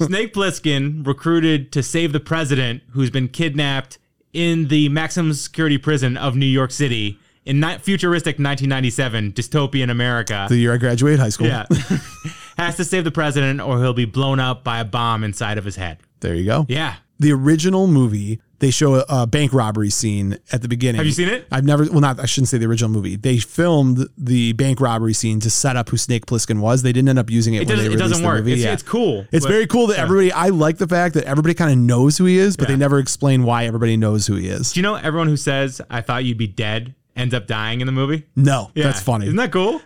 Snake Plissken recruited to save the president who's been kidnapped in the maximum security prison of New York City in ni- futuristic 1997 dystopian America. the year I graduated high school. yeah. Has to save the president or he'll be blown up by a bomb inside of his head. There you go. Yeah. The original movie, they show a, a bank robbery scene at the beginning. Have you seen it? I've never. Well, not. I shouldn't say the original movie. They filmed the bank robbery scene to set up who Snake Plissken was. They didn't end up using it. when It they doesn't, it released doesn't the work. Movie. it's, yeah. it's cool. It's but very cool that everybody. I like the fact that everybody kind of knows who he is, but they never explain why everybody knows who he is. Do you know everyone who says, I thought you'd be dead ends up dying in the movie? No, Yeah. that's funny. Isn't that cool?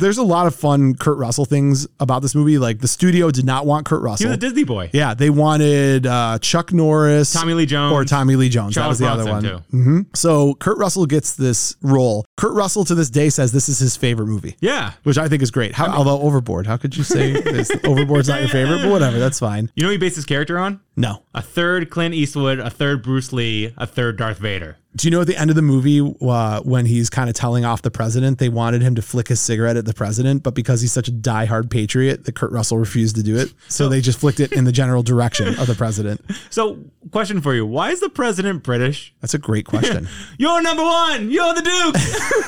There's a lot of fun Kurt Russell things about this movie. Like the studio did not want Kurt He Russell. was a Disney boy. yeah, they wanted uh, Chuck Norris, Tommy Lee Jones. or Tommy Lee Jones. Charles that was the Bronson, other one. hmm So Kurt Russell gets this role. Kurt Russell to this day says this is his favorite movie. Yeah. Which I think is great. How, although Overboard, how could you say this? Overboard's not your favorite? But whatever, that's fine. You know who he based his character on? No. a third Clint Eastwood, a third Bruce Lee, a third Darth Vader. Do you know at the end of the movie uh, when he's kind of telling off the president, they wanted him to flick his cigarette at the president, but because he's such a diehard patriot, that Kurt Russell refused to do it. So they just flicked it in the general direction of the president. So, question for you: Why is the president British? That's a great question. You're number one. You're the Duke.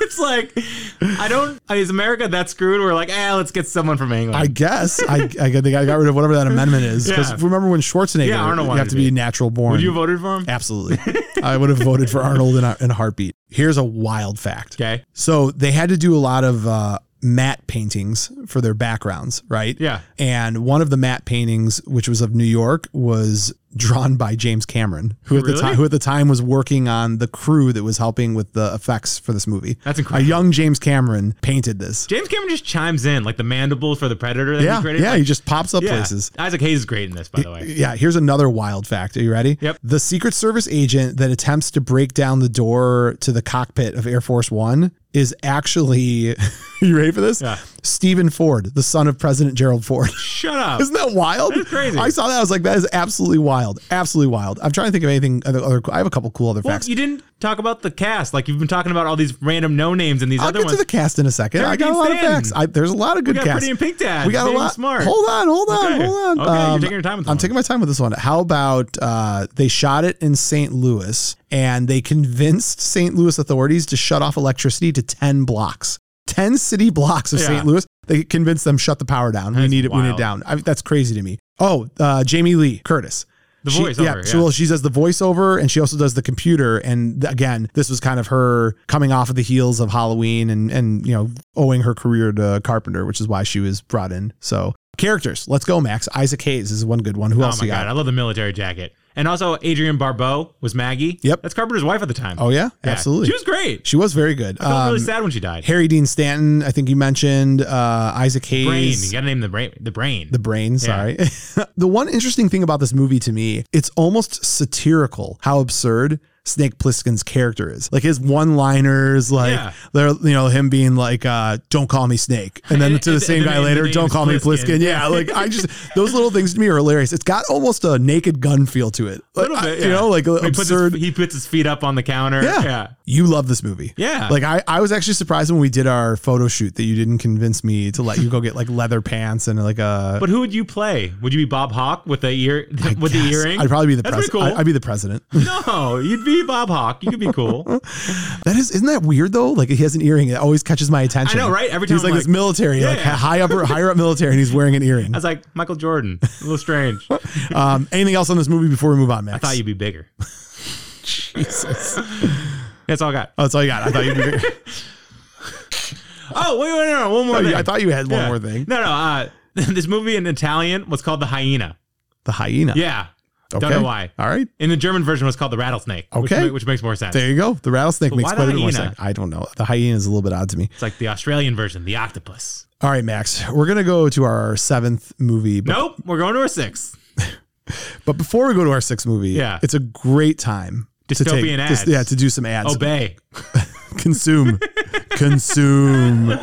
it's like I don't. Is America that screwed? We're like, ah, let's get someone from England. I guess I, I think I got rid of whatever that amendment is because Yeah. remember when Schwarzenegger Yeah, Arnold you wanted have to to be. be, natural born. Would you have voted for him? Absolutely, I would have voted for Arnold in a, in a heartbeat. Here's a wild fact. Okay. So they had to do a lot of uh, matte paintings for their backgrounds, right? Yeah. And one of the matte paintings, which was of New York, was drawn by James Cameron, who at Really? the time who at the time was working on the crew that was helping with the effects for this movie. That's A incredible. young James Cameron painted this. James Cameron just chimes in like the mandibles for the Predator that he Yeah, created. yeah, Like, he just pops up yeah. places. Isaac Hayes is great in this, by the way. Yeah, here's another wild fact. Are you ready? Yep. The Secret Service agent that attempts to break down the door to the cockpit of Air Force One is actually, you ready for this? Yeah. Stephen Ford, the son of President Gerald Ford. Shut up. Isn't that wild? is crazy. I saw that. I was like, that is absolutely wild. Absolutely wild. I'm trying to think of anything. Other, other I have a couple cool other Well, facts. you didn't talk about the cast. Like you've been talking about all these random no names and these I'll other get ones. to the cast in a second. I got a Dean lot of Stanton. facts. I, there's a lot of good we got casts. Pretty and Pink Dad. we got a Dating lot. Smart. Hold on, hold on, Okay. hold on. Um, Okay, you're taking your time with that I'm one. taking my time with this one. How about uh, they shot it in St. Louis and they convinced St. Louis authorities to shut off electricity to 10 blocks. ten city blocks of Yeah. St. Louis. They convinced them shut the power down. we That's need it. We need it wild. down. I, that's crazy to me. Oh, uh, Jamie Lee Curtis. The She- voiceover, she- yeah. well, she does the voiceover, and she also does the computer. And th- again, this was kind of her coming off of the heels of Halloween, and and you know owing her career to Carpenter, which is why she was brought in. So characters, let's go, Max. Isaac Hayes is one good one. Who Oh else my you got? god, I love the military jacket. And also Adrian Barbeau was Maggie. Yep. That's Carpenter's wife at the time. Oh yeah, Yeah. absolutely. She was great. She was very good. I felt really Um, sad when she died. Harry Dean Stanton, I think you mentioned uh, Isaac Hayes. Brain. You gotta name the brain the brain. The brain, sorry. the one interesting thing about this movie to me, it's almost satirical how absurd Snake Plissken's character is. Like his one-liners, like Yeah. they're you know him being like, uh, "Don't call me Snake," and then And- to the and- same and the guy name- the later, name "Don't is call me Plissken." Plissken." Yeah, like I just those little things to me are hilarious. It's got almost a Naked Gun feel to it, a like, little I- bit, you yeah. know, like he puts, his, absurd. he puts his feet up on the counter. Yeah. yeah. You love this movie. Yeah. Like I, I was actually surprised when we did our photo shoot that you didn't convince me to let you go get like leather pants and like a But who would you play? Would you be Bob Hawk with the ear with the Yes. earring? I'd probably be the That's pretty president. cool. I'd be the president. no, you'd be Bob Hawk. You could be cool. That is, isn't that weird though? Like he has an earring. It always catches my attention. I know, right? Every time he's I'm like, this like- military, Yeah, like yeah. high up, higher up military, and he's wearing an earring. I was like Michael Jordan. A little strange. I Um, anything else on this movie before we move on, Max? I thought you'd be bigger. Jesus. That's all I got. Oh, that's all you got. I thought you. Oh wait, wait, no, no, one more. thing. I thought you had one Yeah. more thing. No, no. Uh, this movie in Italian was called The Hyena. The hyena. Yeah. Don't know why. All right. In the German version, it was called The Rattlesnake. Okay. Which, ma- which makes more sense. There you go. The rattlesnake makes why quite a the bit more hyena? sense. I don't know. The hyena is a little bit odd to me. It's like the Australian version, The Octopus. All right, Max. We're gonna go to our seventh movie, but Nope. We're going to our sixth. But before we go to our sixth movie, Yeah. it's a great time to take, Dystopian ads. Oh, yeah, to do some ads. Obey. Consume, consume.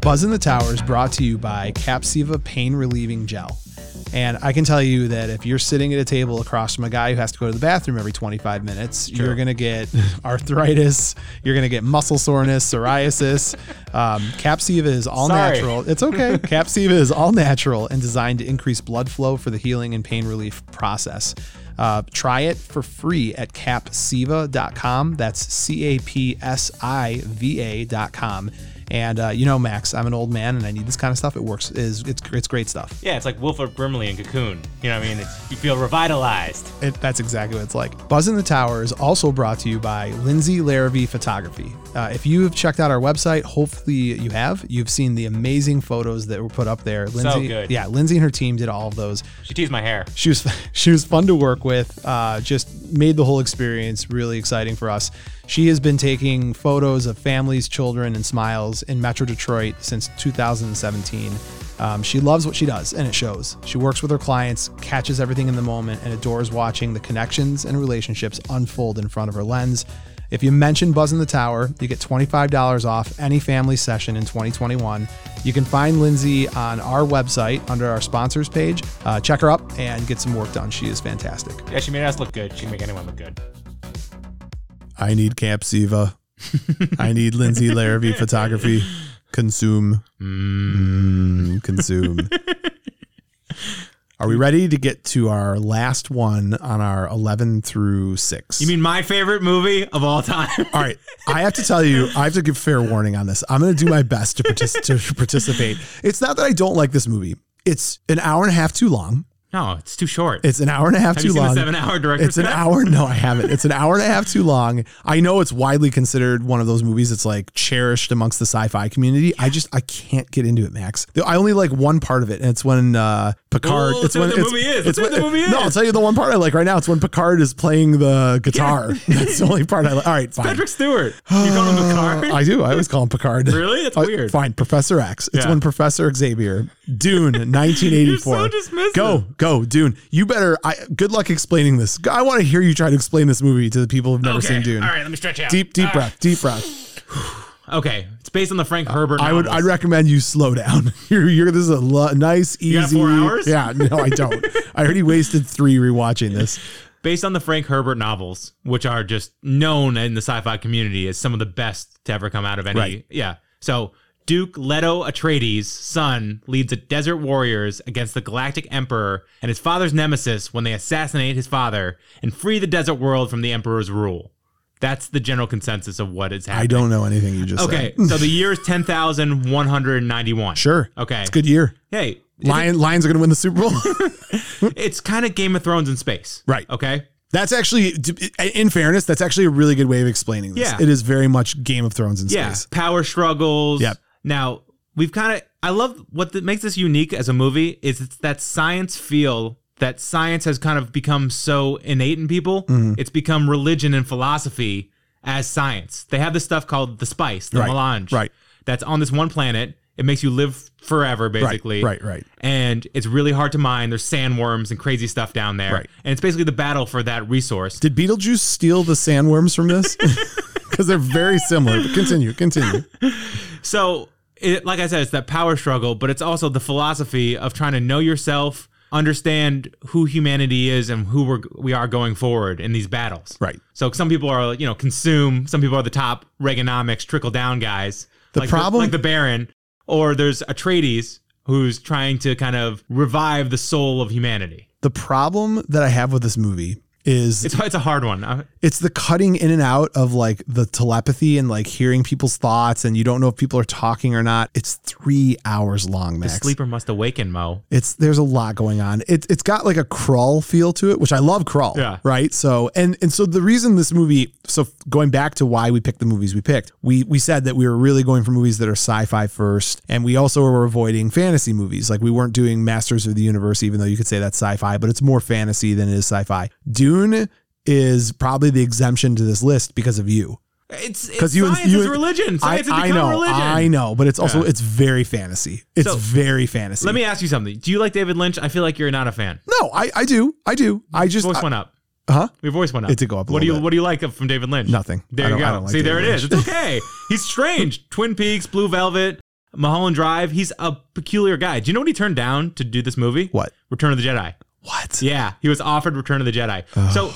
Buzz in the Tower is brought to you by Capsiva Pain Relieving Gel. And I can tell you that if you're sitting at a table across from a guy who has to go to the bathroom every 25 minutes, you're going to get arthritis, you're going to get muscle soreness, psoriasis. Um, Capsiva is all Sorry. natural. It's okay. Capsiva is all natural and designed to increase blood flow for the healing and pain relief process. Uh, try it for free at capsiva.com. That's C A P S I V A.com. And uh, you know, Max, I'm an old man and I need this kind of stuff. It works. is It's, it's great stuff. Yeah, it's like Wilford Brimley in Cocoon. You know what I mean? It's, you feel revitalized. It, that's exactly what it's like. Buzz in the Tower is also brought to you by Lindsay Larrabee Photography. Uh, if you have checked out our website, hopefully you have. You've seen the amazing photos that were put up there. Lindsay, good. Yeah, Lindsay and her team did all of those. She teased my hair. She was she was fun to work with. Uh, just made the whole experience really exciting for us. She has been taking photos of families, children, and smiles in Metro Detroit since 2017. Um, she loves what she does, and it shows. She works with her clients, catches everything in the moment, and adores watching the connections and relationships unfold in front of her lens. If you mention Buzz in the Tower, you get $25 off any family session in 2021. You can find Lindsay on our website under our sponsors page. Uh, check her up and get some work done. She is fantastic. Yeah, she made us look good. She can make anyone look good. I need Camp Siva. I need Lindsay Larrabee photography. Consume, Mm, consume. Are we ready to get to our last one on our eleven through six? You mean my favorite movie of all time? All right, I have to tell you, I have to give fair warning on this. I'm going to do my best to, partici- to participate. It's not that I don't like this movie. It's an hour and a half too long. no, it's too short. It's an hour and a half Have too you seen long. the seven hour director's It's an cut? hour. No, I haven't. It's an hour and a half too long. I know it's widely considered one of those movies that's like cherished amongst the sci-fi community. I just I can't get into it, Max. I only like one part of it, and it's when uh Picard. Well, it's let's see when what the movie is. Let's see when- what the movie No, I'll is. tell you the one part I like right now. It's when Picard is playing the guitar. That's the only part I like. All right, fine. Patrick Stewart. You call him Picard? Uh, I do. I always call him Picard. Really? That's Uh, weird. Fine. Professor X. It's Yeah. when Professor Xavier. Dune, 1984. You're so dismissive. Go, go, Dune. You better. I. Good luck explaining this. I want to hear you try to explain this movie to the people who've never okay. seen Dune. All right, let me stretch out. Deep, deep Ah. breath. Deep breath. Okay, it's based on the Frank Herbert. I would. novels. I'd recommend you slow down. You're. you're this is a lo- nice, easy. got four hours? Yeah. No, I don't. I already wasted three rewatching this. based on the Frank Herbert novels, which are just known in the sci-fi community as some of the best to ever come out of any. Right. Yeah. So Duke Leto Atreides' son leads the Desert Warriors against the Galactic Emperor and his father's nemesis when they assassinate his father and free the desert world from the Emperor's rule. That's the general consensus of what is I happening. don't know anything you just said. Okay, so the year is 10,191. Sure. Okay. It's a good year. Hey, Lion, Lions are going to win the Super Bowl. it's kind of Game of Thrones in space. Right. Okay. that's actually, in fairness, that's actually a really good way of explaining this. Yeah. It is very much Game of Thrones in Yeah. space. Power struggles. Yep. Now, we've kind of, I love what that makes this unique as a movie is it's that science feel that science has kind of become so innate in people. Mm-hmm. It's become religion and philosophy as science. They have this stuff called the spice, the Right. melange. Right. That's on this one planet. It makes you live forever, basically. right, right. And it's really hard to mine. There's sandworms and crazy stuff down there. Right. And it's basically the battle for that resource. Did Beetlejuice steal the sandworms from this? Because they're very similar. But continue, continue. So, it, like I said, it's that power struggle, but it's also the philosophy of trying to know yourself, understand who humanity is, and who we're, we are going forward in these battles. Right. So, some people are, you know, consume. Some people are the top Reaganomics trickle down guys. The like problem- like the Baron, or there's Atreides who's trying to kind of revive the soul of humanity. The problem that I have with this movie is It's it's a hard one. Uh, I- it's the cutting in and out of like the telepathy and like hearing people's thoughts and you don't know if people are talking or not. It's three hours long, Max. Sleeper must awaken, Mo. It's there's a lot going on. It's it's got like a crawl feel to it, which I love crawl. Yeah. Right. So and and so the reason this movie so going back to why we picked the movies we picked, we we said that we were really going for movies that are sci-fi first, and we also were avoiding fantasy movies. Like we weren't doing Masters of the Universe, even though you could say that's sci-fi, but it's more fantasy than it is sci-fi. Dune is probably the exemption to this list because of you. It's, it's 'Cause you- science you- is religion. I, Science has I become know, religion. I know, but it's also Yeah. it's very fantasy. It's So, very fantasy. Let me ask you something. Do you like David Lynch? I feel like you're not a fan. No, I, I do, I do. I just voice I- went up. Huh? Your voice went up. It did go up a what do you little bit. What do you like from David Lynch? Nothing. I There you don't- I go. don't like See, David there it is. Lynch. It's okay. He's strange. Twin Peaks, Blue Velvet, Mulholland Drive. He's a peculiar guy. Do you know what he turned down to do this movie? What? Return of the Jedi. What? Yeah, he was offered Return of the Jedi. So,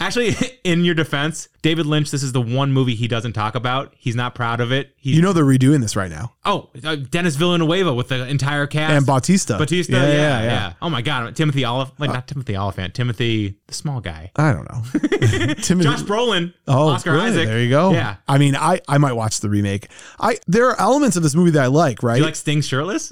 actually, in your defense, David Lynch, this is the one movie he doesn't talk about. He's not proud of it. He, You know they're redoing this right now. oh, uh, Dennis Villanueva with the entire cast. And Bautista. Batista, yeah yeah, Oh my God, Timothy Oliphant, Uh, like not Timothy Oliphant, Timothy the small guy, I don't know. Timothy. Josh Brolin, oh, Oscar good. Isaac. There you go. Yeah. I mean, I, I might watch the remake. I there are elements of this movie that I like, right? Do you like Sting shirtless?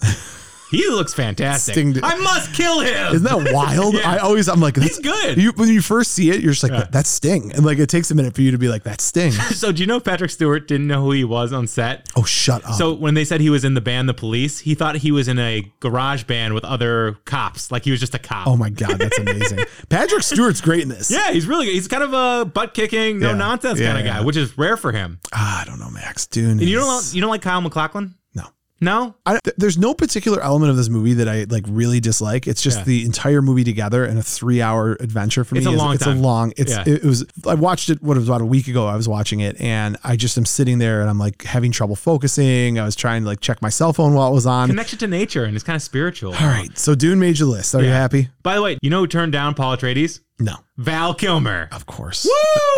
he looks fantastic. Sting did- I must kill him. Isn't that wild? Yeah. I always I'm like, that's He's good. You, when you first see it, you're just like, that's Sting, and like it takes a minute for you to be like, that's Sting. so do you know Patrick Stewart didn't know who he was on set? oh, shut up. So when they said he was in the band The Police, he thought he was in a garage band with other cops, like he was just a cop. oh my god, that's amazing. Patrick Stewart's great in this. yeah, he's really good. He's kind of a butt kicking, no Yeah. nonsense Yeah, kind of yeah. guy, which is rare for him. Ah, I don't know, Max. Dune. And you is- don't you don't like Kyle McLachlan? No. No? I, th- there's no particular element of this movie that I like really dislike. It's just Yeah. the entire movie together and a three hour adventure for It's me. a is- long it's time. a long. It's Yeah. it, was. I watched it. What it was about a week ago. I was watching it and I just am sitting there and I'm like having trouble focusing. I was trying to like check my cell phone while it was on. Connection to nature and it's kind of spiritual. All right. So Dune made your list. Are you Yeah. happy? By the way, you know who turned down Paul Atreides? No. Val Kilmer. Of course.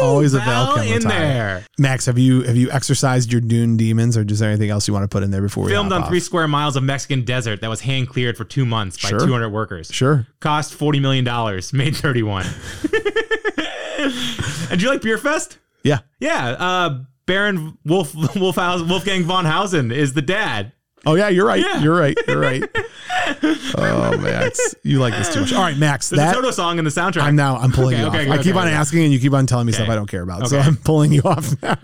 Always a Oh, Val Kilmer in tie. there. Max, have you have you exercised your Dune demons, or is there anything else you want to put in there before we Filmed hop on off? three square miles of Mexican desert that was hand cleared for two months by Sure. 200 workers. Sure. Cost $40 million, made 31. and do you like Beer Fest? Yeah. Yeah. Uh, Baron Wolf, Wolfhaus, Wolfgang von Hausen is the dad. Oh yeah, you're right. Yeah. You're right. You're right. oh Max, you like this too much. All right, Max. There's that a Toto song in the soundtrack. I'm now. I'm pulling Okay, you okay, off. I okay, keep on okay. asking, and you keep on telling me stuff Okay. I don't care about. So Okay. I'm pulling you off now.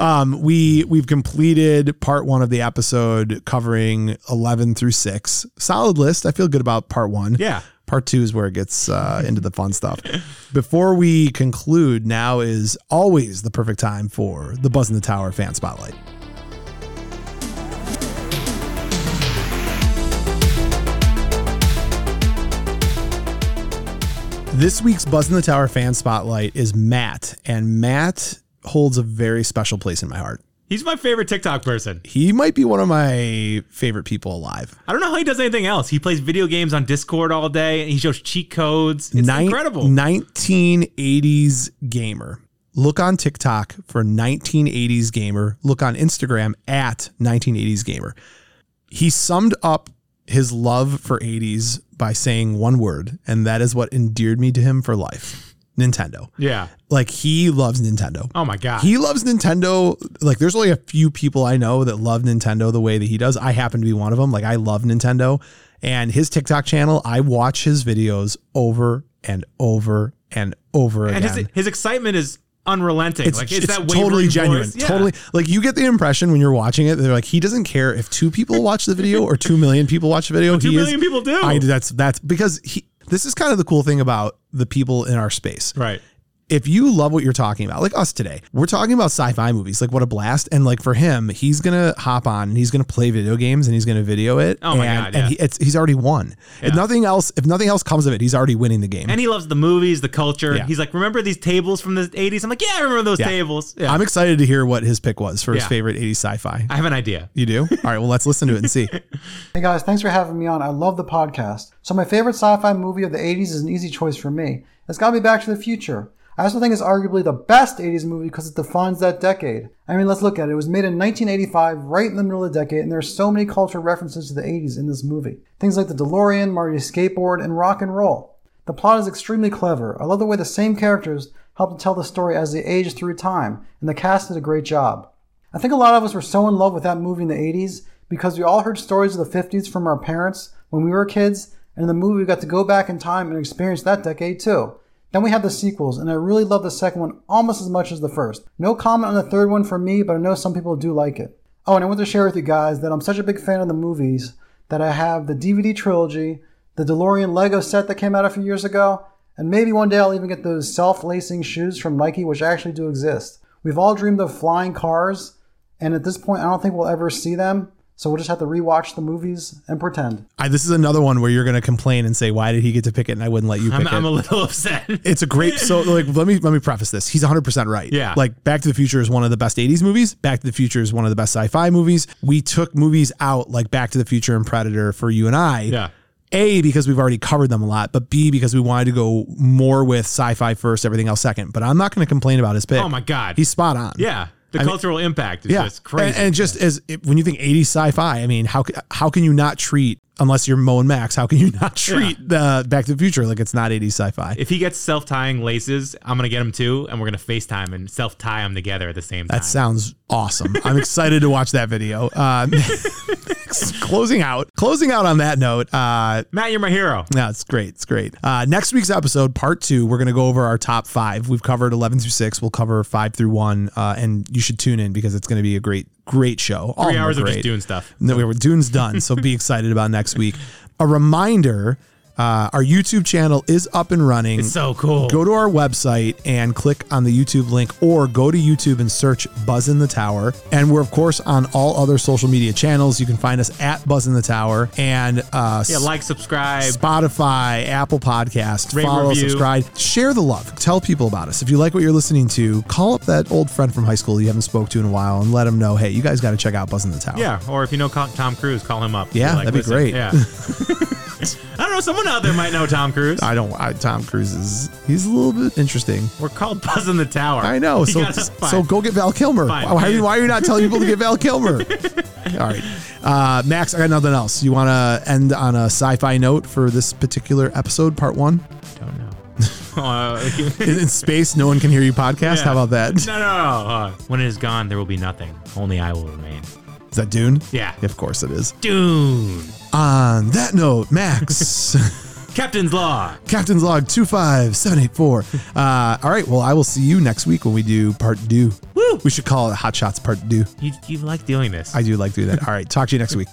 um, we we've completed part one of the episode covering 11 through six. Solid list. I feel good about part one. Yeah. Part two is where it gets uh, into the fun stuff. Before we conclude, now is always the perfect time for the Buzz in the Tower fan spotlight. This week's Buzz in the Tower fan spotlight is Matt, and Matt holds a very special place in my heart. He's my favorite TikTok person. He might be one of my favorite people alive. I don't know how he does anything else. He plays video games on Discord all day and he shows cheat codes. It's Nin- incredible. 1980s gamer. Look on TikTok for 1980s Gamer. Look on Instagram at 1980s Gamer. He summed up his love for 80s by saying one word, and that is what endeared me to him for life Nintendo. Yeah. Like, he loves Nintendo. Oh my god. He loves Nintendo. Like, there's only a few people I know that love Nintendo the way that he does. I happen to be one of them. Like, I love Nintendo. And his TikTok channel, I watch his videos over and over and over and again. his, his excitement is unrelenting. like it's, that wavering totally genuine. voice. Yeah. Totally. Like, you get the impression when you're watching it, they're like, he doesn't care if two people watch the video or two million people watch the video. Two he is- million people do. I, that's, that's because he, this is kind of the cool thing about the people in our space right. if you love what you're talking about, like us today, we're talking about sci-fi movies. Like what a blast! And like for him, he's gonna hop on and he's gonna play video games and he's gonna video it. Oh my and, God, And yeah. he, it's, he's already won. If nothing else, if nothing else comes of it, he's already winning the game. And he loves the movies, the culture. Yeah. He's like, remember these tables from the 80s? I'm like, yeah, I remember those tables. Yeah. I'm excited to hear what his pick was for his Yeah. favorite 80s sci-fi. I have an idea. You do? All right. Well, let's listen to it and see. Hey guys, thanks for having me on. I love the podcast. So my favorite sci-fi movie of the 80s is an easy choice for me. It's got to be Back to the Future. I also think it's arguably the best 80s movie because it defines that decade. I mean, let's look at it. It was made in 1985, right in the middle of the decade, and there are so many cultural references to the 80s in this movie. Things like the DeLorean, Marty's skateboard, and rock and roll. The plot is extremely clever. I love the way the same characters help to tell the story as they age through time, and the cast did a great job. I think a lot of us were so in love with that movie in the 80s because we all heard stories of the 50s from our parents when we were kids, and in the movie we got to go back in time and experience that decade too. Then we had the sequels, and I really love the second one almost as much as the first. No comment on the third one for me, but I know some people do like it. Oh, and I want to share with you guys that I'm such a big fan of the movies that I have the DVD trilogy, the DeLorean Lego set that came out a few years ago, and maybe one day I'll even get those self lacing shoes from Nike, which actually do exist. We've all dreamed of flying cars, and at this point, I don't think we'll ever see them, so we'll just have to rewatch the movies and pretend. I, this is another one where you're going to complain and say, "Why did he get to pick it and I wouldn't let you pick I'm, it?" I'm a little upset. it's a great so like let me let me preface this he's 100% right Yeah. like back to the future is one of the best 80s movies back to the future is one of the best sci-fi movies we took movies out like back to the future and predator for you and i yeah. a because we've already covered them a lot but b because we wanted to go more with sci-fi first everything else second but i'm not going to complain about his pick Oh my God. he's spot on yeah. The cultural impact is yeah, just crazy. And, and just as if, when you think 80s sci-fi, I mean, how c- how can you not treat unless you're Mo and Max? How can you not treat the Back to the Future like it's not 80s sci-fi? if he gets self tying laces, I'm gonna get him too, and we're gonna FaceTime and self tie them together at the same time. That sounds awesome. I'm excited to watch that video. Um, closing out, closing out on that note. Uh, Matt, you're my hero. no, it's great. It's great. Uh, next week's episode, part two, we're going to go over our top five. We've covered 11 through six. We'll cover five through one. Uh, and you should tune in because it's going to be a great, great show. All Three them are hours of just Oh, great. doing stuff. No, we were Dune's done. So be excited about next week. A reminder uh, our YouTube channel is up and running So cool. go to our website and click on the YouTube link or go to YouTube and search Buzz in the Tower. And we're, of course, on all other social media channels. You can find us at Buzz in the Tower and uh, yeah, like, subscribe. Spotify, Apple Podcast, Rate, follow, review. subscribe, share the love. Tell people about us. If you like what you're listening to, call up that old friend from high school you haven't spoke to in a while and let them know, hey, you guys got to check out Buzz in the Tower. Yeah, or if you know Co- Tom Cruise, call him up. Yeah, that'd be great. Yeah. I don't know. Someone out there might know Tom Cruise. I don't. I, Tom Cruise is he's a little bit interesting. We're called Buzz in the Tower. I know. You So gotta- so fine. go get Val Kilmer. Fine. Why, are you- why are you not telling people to get Val Kilmer? All right, uh, Max. I got nothing else. You want to end on a sci-fi note for this particular episode, part one? don't know. Uh, In, in space, no one can hear you. Podcast. Yeah. How about that? Is no, no, no. Uh, when it is gone, there will be nothing. Only I will remain. that Dune? Yeah. Of course it is. Dune. On that note, Max, Captain's Law. Captain's Log two five seven eight four. Uh, all right. Well, I will see you next week when we do part two. Woo. We should call it Hot Shots Part Two. You, you like doing this. I do like doing that. All right. Talk to you next week.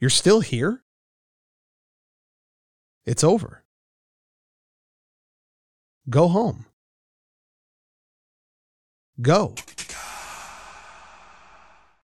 You're still here? It's over. Go home. Go.